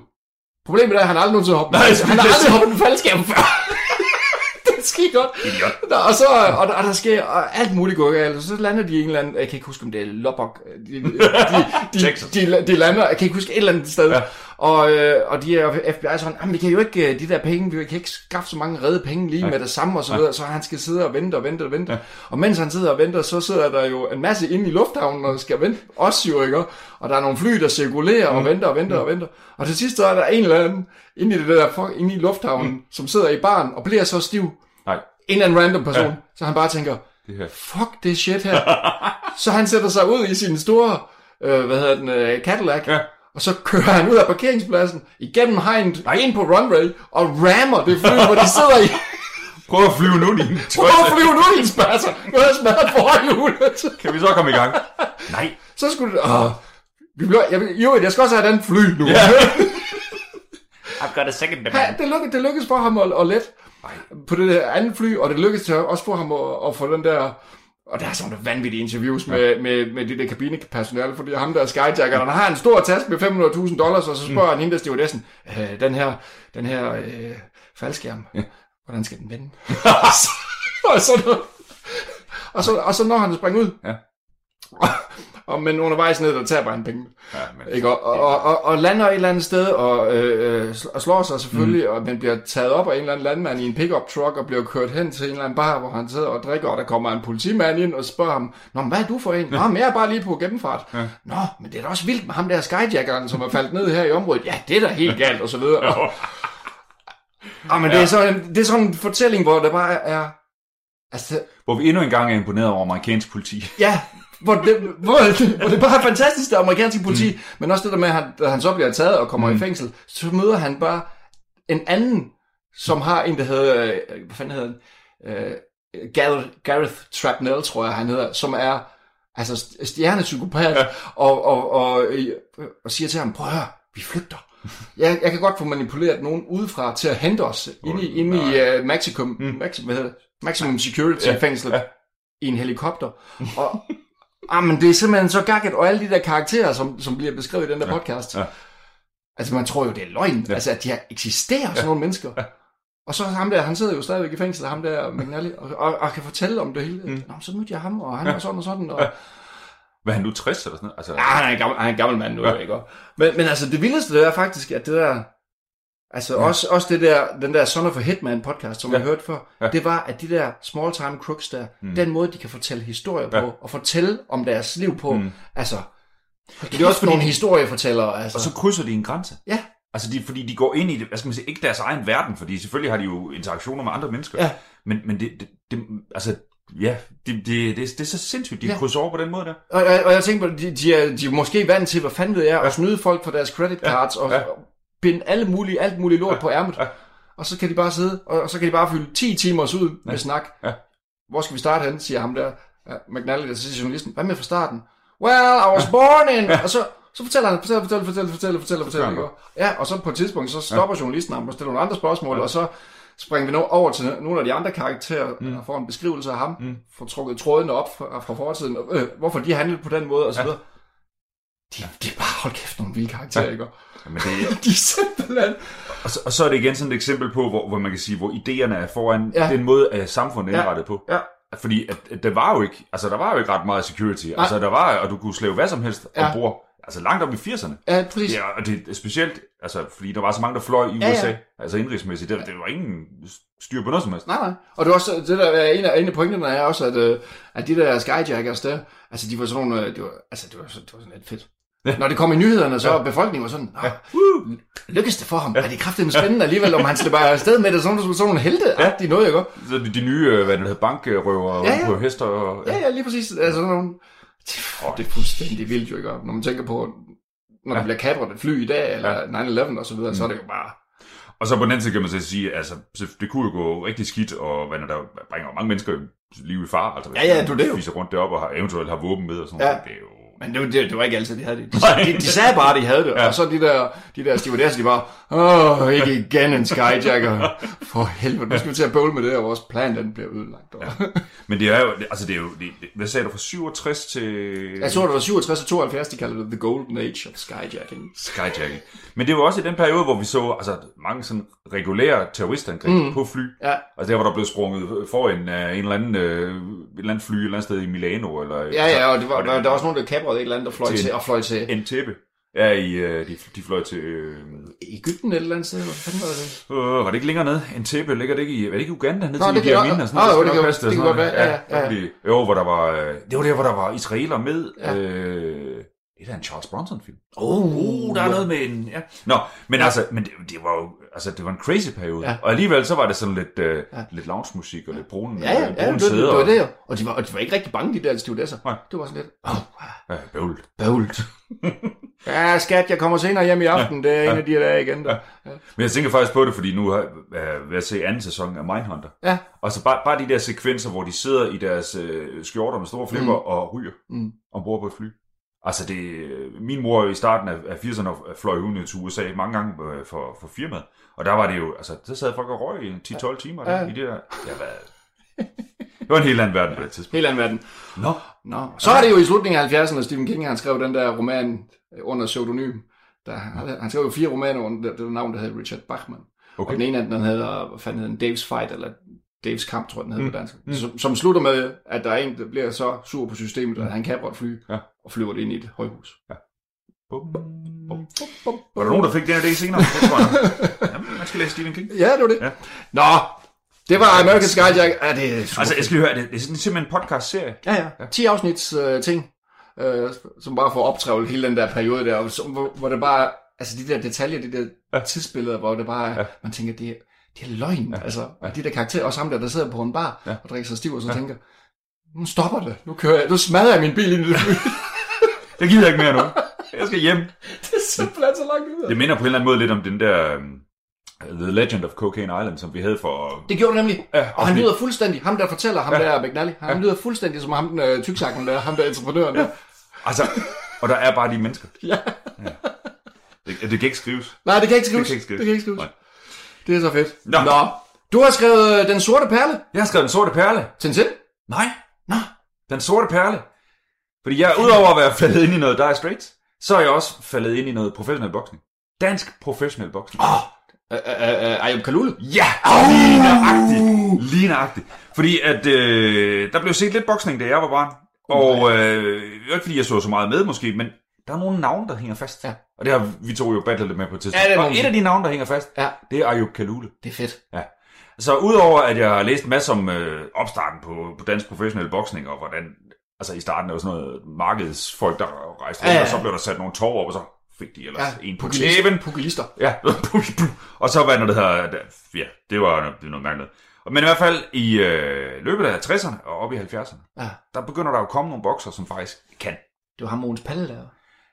E: Problemet er, at han aldrig nogensinde hoppet.
D: Nej, jeg
E: han
D: skulle
E: har
D: lige
E: aldrig
D: sige.
E: hoppet en faldskærm før. det sker godt.
D: Idiot.
E: Nå, og så, og der, og der sker og alt muligt går galt, og så lander de i en eller anden, jeg kan ikke huske, om det er Lubbock, øh, de, de, de,
D: Texas.
E: de, de lander, jeg kan ikke huske, et eller andet sted,
D: Ja.
E: ja. og, øh, og de er FBI er sådan, "Jamen, vi kan jo ikke, øh, de der penge, vi kan ikke skaffe så mange redde penge lige med det samme, og så videre, så han skal sidde og vente og vente og vente, og mens han sidder og venter, så sidder der jo en masse inde i lufthavnen, og skal vente, også jo, ikke? og der er nogle fly, der cirkulerer
D: Mm.
E: og venter og venter og venter, og til sidst så er der en eller anden, inde i det der, fuck- inde i lufthavnen,
D: Mm.
E: som sidder i baren, og bliver så stiv,
D: Nej,
E: en eller anden random person,
D: Ja.
E: ja. så han bare tænker,
D: det her.
E: fuck det shit her. så han sætter sig ud i sin store, øh, hvad hedder den, øh, Cadillac,
D: Ja.
E: og så kører han ud af parkeringspladsen, igennem hegnet, og ind på runway, og rammer det fly, hvor de sidder i.
D: Prøv at flyve nu, din
E: Prøv at
D: tøjse.
E: flyve nu, din spasser! Nu har jeg smadret forhjulet.
D: Kan vi så komme i gang? Nej.
E: så skulle det... Åh, vi blev, jeg, vil- jo, jeg skal også have den fly nu. Ja.
D: I've got a second
E: Ja, det, lykkedes, det lykkedes for ham at, at lette på det der andet fly, og det lykkedes til- også for ham at, at få den der... Og der er sådan nogle vanvittige interviews med, med, med det der kabinepersonale, fordi ham der er skyjackeren, han har en stor taske med 500.000 dollars, og så spørger mm. han hende der stewardessen, øh, den her, den her øh, faldskærm, hvordan skal den vende? og, så, og, så, og, så, og så når han springer ud,
D: Ja.
E: og, men undervejs ned, der taber han penge.
D: Ja, men...
E: Ikke? Og, og, og, og lander et eller andet sted og, øh, øh, sl- og slår sig selvfølgelig, mm. og man bliver taget op af en eller anden landmand i en pickup truck og bliver kørt hen til en eller anden bar, hvor han sidder og drikker, og der kommer en politimand ind og spørger ham, Nå, men hvad er du for en? Nå, men jeg er bare lige på gennemfart. Ja. Nå, men det er da også vildt med ham der skyjackeren, som er faldet ned her i området. Ja, det er da helt galt, og så videre. Og, og, men det, er sådan, en- det er sådan en fortælling, hvor der bare er... Altså,
D: Hvor vi endnu engang er imponeret over amerikansk politi.
E: Ja, hvor det, hvor, hvor det bare er fantastisk, det amerikanske politi, mm. men også det der med, at han, da han så bliver taget og kommer mm. i fængsel, så møder han bare en anden, som har en, der hedder, øh, hvad fanden hedder han, øh, Gareth, Gareth Trapnell, tror jeg, han hedder, som er altså st- stjernepsykopat, ja. og, og, og, øh, og siger til ham, prøv at høre, vi flygter. Jeg, jeg kan godt få manipuleret nogen udefra til at hente os inde i, inde i uh, maximum, mm. maximum, hvad hedder det? maximum Security-fængslet i en helikopter. Og, ah, men det er simpelthen så gakket, og alle de der karakterer, som, som bliver beskrevet i den der podcast.
D: ja.
E: Altså, man tror jo, det er løgn. Ja. Altså, at de her eksisterer, sådan nogle mennesker. Ja. Og så ham der, han sidder jo stadigvæk i fængsel, ham der McNally, og, og, og kan fortælle om det hele. Mm. Nå, så mødte jeg ham, og han var sådan og sådan. Og,
D: Hvad er han nu, 60 eller sådan noget? Altså,
E: Ja, han er en gammel, han er en gammel mand nu, ja. ikke? Og- Men, men altså, det vildeste det er faktisk, at det der... Altså, ja. også, også det der, den der Son of a Hitman podcast, som ja. jeg hørte før, ja. det var, at de der small time crooks der, mm. den måde, de kan fortælle historier ja. på, og fortælle om deres liv på, mm. altså... Det er også nogle historiefortællere, altså.
D: Og så krydser de en grænse.
E: Ja.
D: Altså, de, fordi de går ind i, det, hvad skal man sige, ikke deres egen verden, fordi selvfølgelig har de jo interaktioner med andre mennesker.
E: Ja.
D: Men, men det, det, det, altså, ja, det, det, det, det er så sindssygt, de ja.
E: Ja.
D: krydser over på den måde der.
E: Og, og, og jeg tænker på, de, de, er, de er måske vant til, hvad fanden ved jeg, at snyde folk for deres credit cards, og,
D: ja.
E: og binde alle mulige, alt muligt lort på ærmet. Og så kan de bare sidde, og, og så kan de bare fylde 10 timers ud med snak.
D: Ja.
E: Hvor skal vi starte hen, siger ham der, ja, McNally, der siger til journalisten. Hvad med fra starten? Well, I was born in... Og så, så fortæller han, fortæller, fortæller, fortæller, fortæller, fortæller, fortæller.
D: han
E: ikke? Ja, og så på et tidspunkt, så stopper journalisten ham og stiller nogle andre spørgsmål, og så springer vi nu over til nogle af de andre karakterer, mm. og får en beskrivelse af ham, mm. får trukket trådene op fra, fra fortiden, og, øh, hvorfor de handlede på den måde, og så videre. De, de er bare, hold kæft, nogle vilde karakterer, ja. ikke?
D: Jamen, det,
E: De er simpelthen...
D: og, så, og så er det igen sådan et eksempel på, hvor, hvor man kan sige, hvor idéerne er foran ja.
E: Ja.
D: den måde, at samfundet er
E: Ja.
D: indrettet på.
E: Ja.
D: Fordi at, at der var jo ikke, altså der var jo ikke ret meget security. Nej. Altså der var, og du kunne slæve hvad som helst ja.
E: Ja.
D: ombord. Altså langt op i 80'erne.
E: Ja, præcis.
D: Ja, og det er specielt, altså fordi der var så mange, der fløj i
E: Ja, ja.
D: USA. Altså indrigsmæssigt, der, der var ingen styr på noget som helst.
E: Nej, nej. Og det er også, det der er en af, en af pointerne er også, at, øh, at de der skyjackers der, altså de var sådan nogle, øh, det var, altså det var, så- det var sådan lidt fedt. Når det kom i nyhederne, så ja. befolkningen var sådan, ja. uh, lykkedes det for ham? Ja. Er det kraftedeme spændende alligevel, om han slipper afsted med det, som sådan nogle helte? Ja. De noget, ikke?
D: Så de, de nye, øh, hvad det hedder, bankrøver
E: Ja,
D: ja,
E: ja.
D: ja. på hester. Og,
E: Ja, ja, lige præcis. Altså sådan nogle... Det er fuldstændig vildt, jo ikke? Og Når man tænker på, når der
D: Ja.
E: bliver kapret et fly i dag, eller 9-11 og så videre, så er det jo bare...
D: Og så på den anden side kan man så sige, altså, så det kunne jo gå rigtig skidt, og hvad når der bringer jo mange mennesker liv i far. Altså, hvis
E: Ja, ja,
D: man
E: du, det er jo-
D: Fiser rundt deroppe og har, eventuelt har våben med og sådan
E: Ja.
D: noget. Det er jo...
E: Men det, var- det, det var ikke altid, de havde det. De,
D: Nej.
E: de, de sagde bare, de havde det. Ja.
D: Ja.
E: Og så de der, de der stewardesser, de bare, åh, ikke igen en skyjacker. For helvede, nu skal vi til at bøvle med det, og vores plan, den bliver ødelagt. Og...
D: Men det er jo, altså det er jo, det, det- hvad sagde du, fra 67 til...
E: Jeg tror, det var 67 og 72, de kaldte det The Golden Age of Skyjacking.
D: Skyjacking. Men det var også i den periode, hvor vi så altså, mange sådan regulære terroristangreb mm. på fly.
E: Ja.
D: Altså der, hvor der blev sprunget foran af en eller anden, øh, et eller andet fly et eller andet sted i Milano. Eller,
E: Ja, ja, og det var, der, der var også nogen, der kaprede et eller andet, der fløj til,
D: Til-
E: og fløj til
D: En tæppe. Ja, i, øh, de, de fløj til... Øh,
E: Ægypten et eller andet sted. Hvad fanden var det?
D: øh, var det ikke længere ned? En tæppe ligger det ikke i... Var det ikke i Uganda? Ned
E: Nå,
D: til
E: det kan-
D: Ibiamina og sådan
E: Nå,
D: noget?
E: jo,
D: skal nok
E: det kan-
D: passe
E: det
D: og
E: kan
D: sådan
E: godt
D: noget.
E: være. Ja, ja,
D: der
E: ja.
D: blev- Jo, hvor der var... øh, Det var der, hvor der var israeler med.
E: Ja.
D: Ja. Øh, det er en Charles Bronson-film. Uh, der er noget med en... Ja. Nå, men altså, men det, det var jo... Altså, det var en crazy periode.
E: Ja.
D: Ja. Og alligevel så var det sådan lidt, øh, ja. lidt lounge-musik og lidt brune,
E: Ja, ja, ja, det,
D: brune
E: var- det,
D: sæder.
E: det var det jo. Og de var, og de var ikke rigtig bange, de der stewardesser.
D: Nej.
E: Det var sådan lidt, åh,
D: Ja, bøvl.
E: bøvlt. ja, skat, jeg kommer senere hjem i aften. Det er en af de her dage igen. Der.
D: Men jeg tænker faktisk på det, fordi nu har øh, ved at se anden sæson af Mindhunter.
E: Ja.
D: Og så bare, bare de der sekvenser, hvor de sidder i deres øh, skjorter med store flipper mm. og ryger
E: Mm.
D: ombord på et fly. Altså, det, øh, min mor i starten af, af 80'erne fløj hun til USA mange gange øh, for, for firmaet. Og der var det jo, altså, der sad folk og røg i 10-12 timer der,
E: Ja.
D: ja. i det der. Jeg var, det var en helt anden verden på det tidspunkt.
E: Helt anden verden.
D: Nå,
E: Nå. Så er det jo i slutningen af 70'erne, at Stephen King han skrev den der roman øh, under pseudonym. Der, han skrev jo fire romaner under det, det navn, der hed Richard Bachman. Okay. Og den
D: okay.
E: ene af dem, den hedder, hvad fanden hedder den, Dave's Fight, eller Dave's Kamp, tror jeg, den hedder mm. på dansk. Som, som, slutter med, at der er en, der bliver så sur på systemet, at han kaprer et fly,
D: Mm. Ja.
E: og flyver det ind i et højhus.
D: Bum, bum, bum. Var der nogen, der fik den her idé senere? Det tror jeg. Jamen, man skal læse Stephen King.
E: Ja, det var det. Ja.
D: Ja.
E: Nå, det var American Skyjack. Ja, det er super
D: Altså, jeg skal lige høre, det, det er simpelthen en podcast-serie.
E: Ja, ja. 10 afsnits øh, ting, øh, som bare får optrævlet hele den der periode der, og som, hvor, hvor det bare, altså de der detaljer, de der ja. tidsbilleder, hvor det bare, ja. man tænker, det er, det er løgn, ja. altså, og de der karakterer, også ham der, der sidder på en bar ja. og drikker sig stiv, og så ja. tænker, nu stopper det, nu kører jeg, nu smadrer jeg min bil ind i det fly.
D: Jeg gider ikke mere nu. Jeg skal hjem.
E: det er simpelthen så langt ud.
D: Det minder på en eller anden måde lidt om den der øhm, The Legend of Cocaine Island, som vi havde for... øh,
E: Det gjorde det nemlig.
D: Ja,
E: og han
D: fordi-
E: lyder fuldstændig, ham der fortæller, ham ja. der McNally, han ja. lyder fuldstændig som ham den øh, tyksakken der, ham der entreprenøren der.
D: Altså, og der er bare de mennesker.
E: Ja.
D: Det, det kan ikke skrives.
E: Nej, det kan ikke
D: Det
E: skrives.
D: kan ikke skrives.
E: Det kan ikke skrives.
D: Nej.
E: Det er så fedt.
D: Nå.
E: Nå. Du har skrevet øh, Den Sorte Perle.
D: Jeg har skrevet Den Sorte Perle.
E: Tintin?
D: Nej. Nå. Den Sorte Perle. Fordi jeg, udover at være faldet ind i noget Dire Straits, så er jeg også faldet ind i noget professionel boksning. Dansk professionel boksning. Åh,
E: Øh, øh, øh, Ayub Kalul?
D: Ja, lige nøjagtigt. Lige nøjagtigt. Fordi at øh, der blev set lidt boksning, da jeg var barn. Og øh, det var ikke fordi jeg så så meget med måske, men der er nogle navne, der hænger fast.
E: Ja.
D: Og det har vi to jo battlet lidt med på et tidspunkt.
E: Ja, det må man
D: og et
E: sige.
D: af de navne, der hænger fast,
E: Ja.
D: det er Ayub Kalule.
E: Det er fedt.
D: Ja. Så udover at jeg har læst masser om øh, opstarten på, på dansk professionel boksning, og hvordan, altså i starten er jo sådan noget markedsfolk, der rejste rundt,
E: Ja,
D: ja,
E: ja.
D: ja. og så blev der sat nogle tov op, og så fik de ellers ja, en på
E: pugilister-
D: klæben.
E: Pugilister.
D: Ja, og så var det noget, der hedder, ja, det var noget, det var noget mærkeligt. Men i hvert fald i øh, løbet af 60'erne og op i 70'erne,
E: Ja.
D: der begynder der jo at komme nogle bokser, som faktisk kan.
E: Det var ham Mogens Palle der.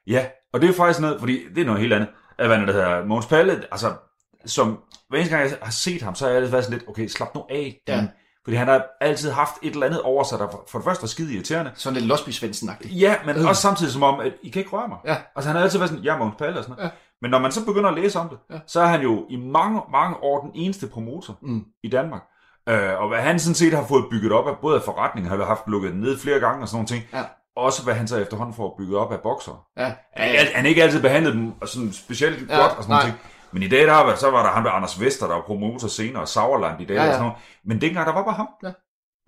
D: Ja, og det er faktisk noget, fordi det er noget helt andet, at hvad der hedder Måns Palle, altså, som hver eneste gang jeg har set ham, så har jeg altid været sådan lidt, okay, slap nu af,
E: Ja.
D: ja. fordi han har altid haft et eller andet over sig, der for, for det første var skide irriterende,
E: Sådan lidt Losby Svendsen-agtig.
D: Ja, men øh. også samtidig som om, at I kan ikke røre mig.
E: Ja.
D: Altså han har altid været sådan, jeg er Mogens Palle og sådan noget.
E: Ja.
D: Men når man så begynder at læse om det,
E: Ja.
D: ja. så er han jo i mange, mange år den eneste promotor
E: Mm.
D: mm. i Danmark. Øh, og hvad han sådan set har fået bygget op af, både af forretningen, har haft lukket ned flere gange og sådan nogle ting,
E: Ja.
D: også hvad han så efterhånden får bygget op af bokser.
E: Ja.
D: Han, er- han er ikke altid behandlet dem og sådan specielt
E: Ja,
D: ja, godt og sådan
E: nej.
D: nogle ting. Men i dag, der var, så var der ham der Anders Vester, der var promotor senere, og Sauerland i dag
E: Ja,
D: ja, ja.
E: ja.
D: og sådan noget. Men dengang, der var bare ham.
E: Ja.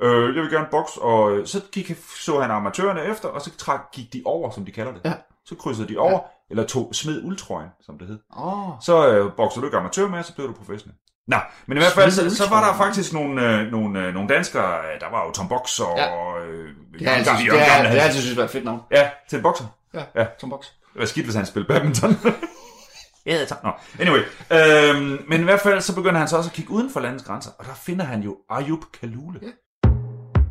D: Øh, jeg vil gerne boks, og øh, så gik, så han amatørerne efter, og så trak, gik de over, som de kalder det.
E: Ja.
D: Så krydsede de over, ja. eller tog, smed uldtrøjen, som det hed.
E: Åh.
D: Så øh, bokser du ikke amatør med, så blev du professionel. Nå, men i hvert fald,
E: Smed
D: så, så var der
E: uldtrøjen.
D: faktisk nogle, øh, nogle, øh, nogle danskere, øh, der var jo Tom Box og...
E: Ja.
D: Ja. Øh,
E: Det har jeg
D: Jørgen
E: altid,
D: Gamle
E: det har,
D: Hansen.
E: det har jeg altid synes var et fedt navn.
D: Ja, til en bokser.
E: Ja.
D: Ja.
E: Som boks.
D: Det var skidt, hvis han spillede badminton. Jeg hedder Tom. Nå, anyway. Øhm, men i hvert fald, så begynder han så også at kigge uden for landets grænser, og der finder han jo Ayub Kalule.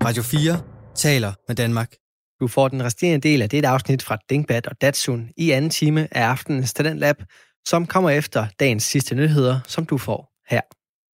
H: Radio 4 taler med Danmark.
A: Du får den resterende del af dette afsnit fra Dingbat og Datsun i anden time af aftenens Talent Lab, som kommer efter dagens sidste nyheder, som du får her.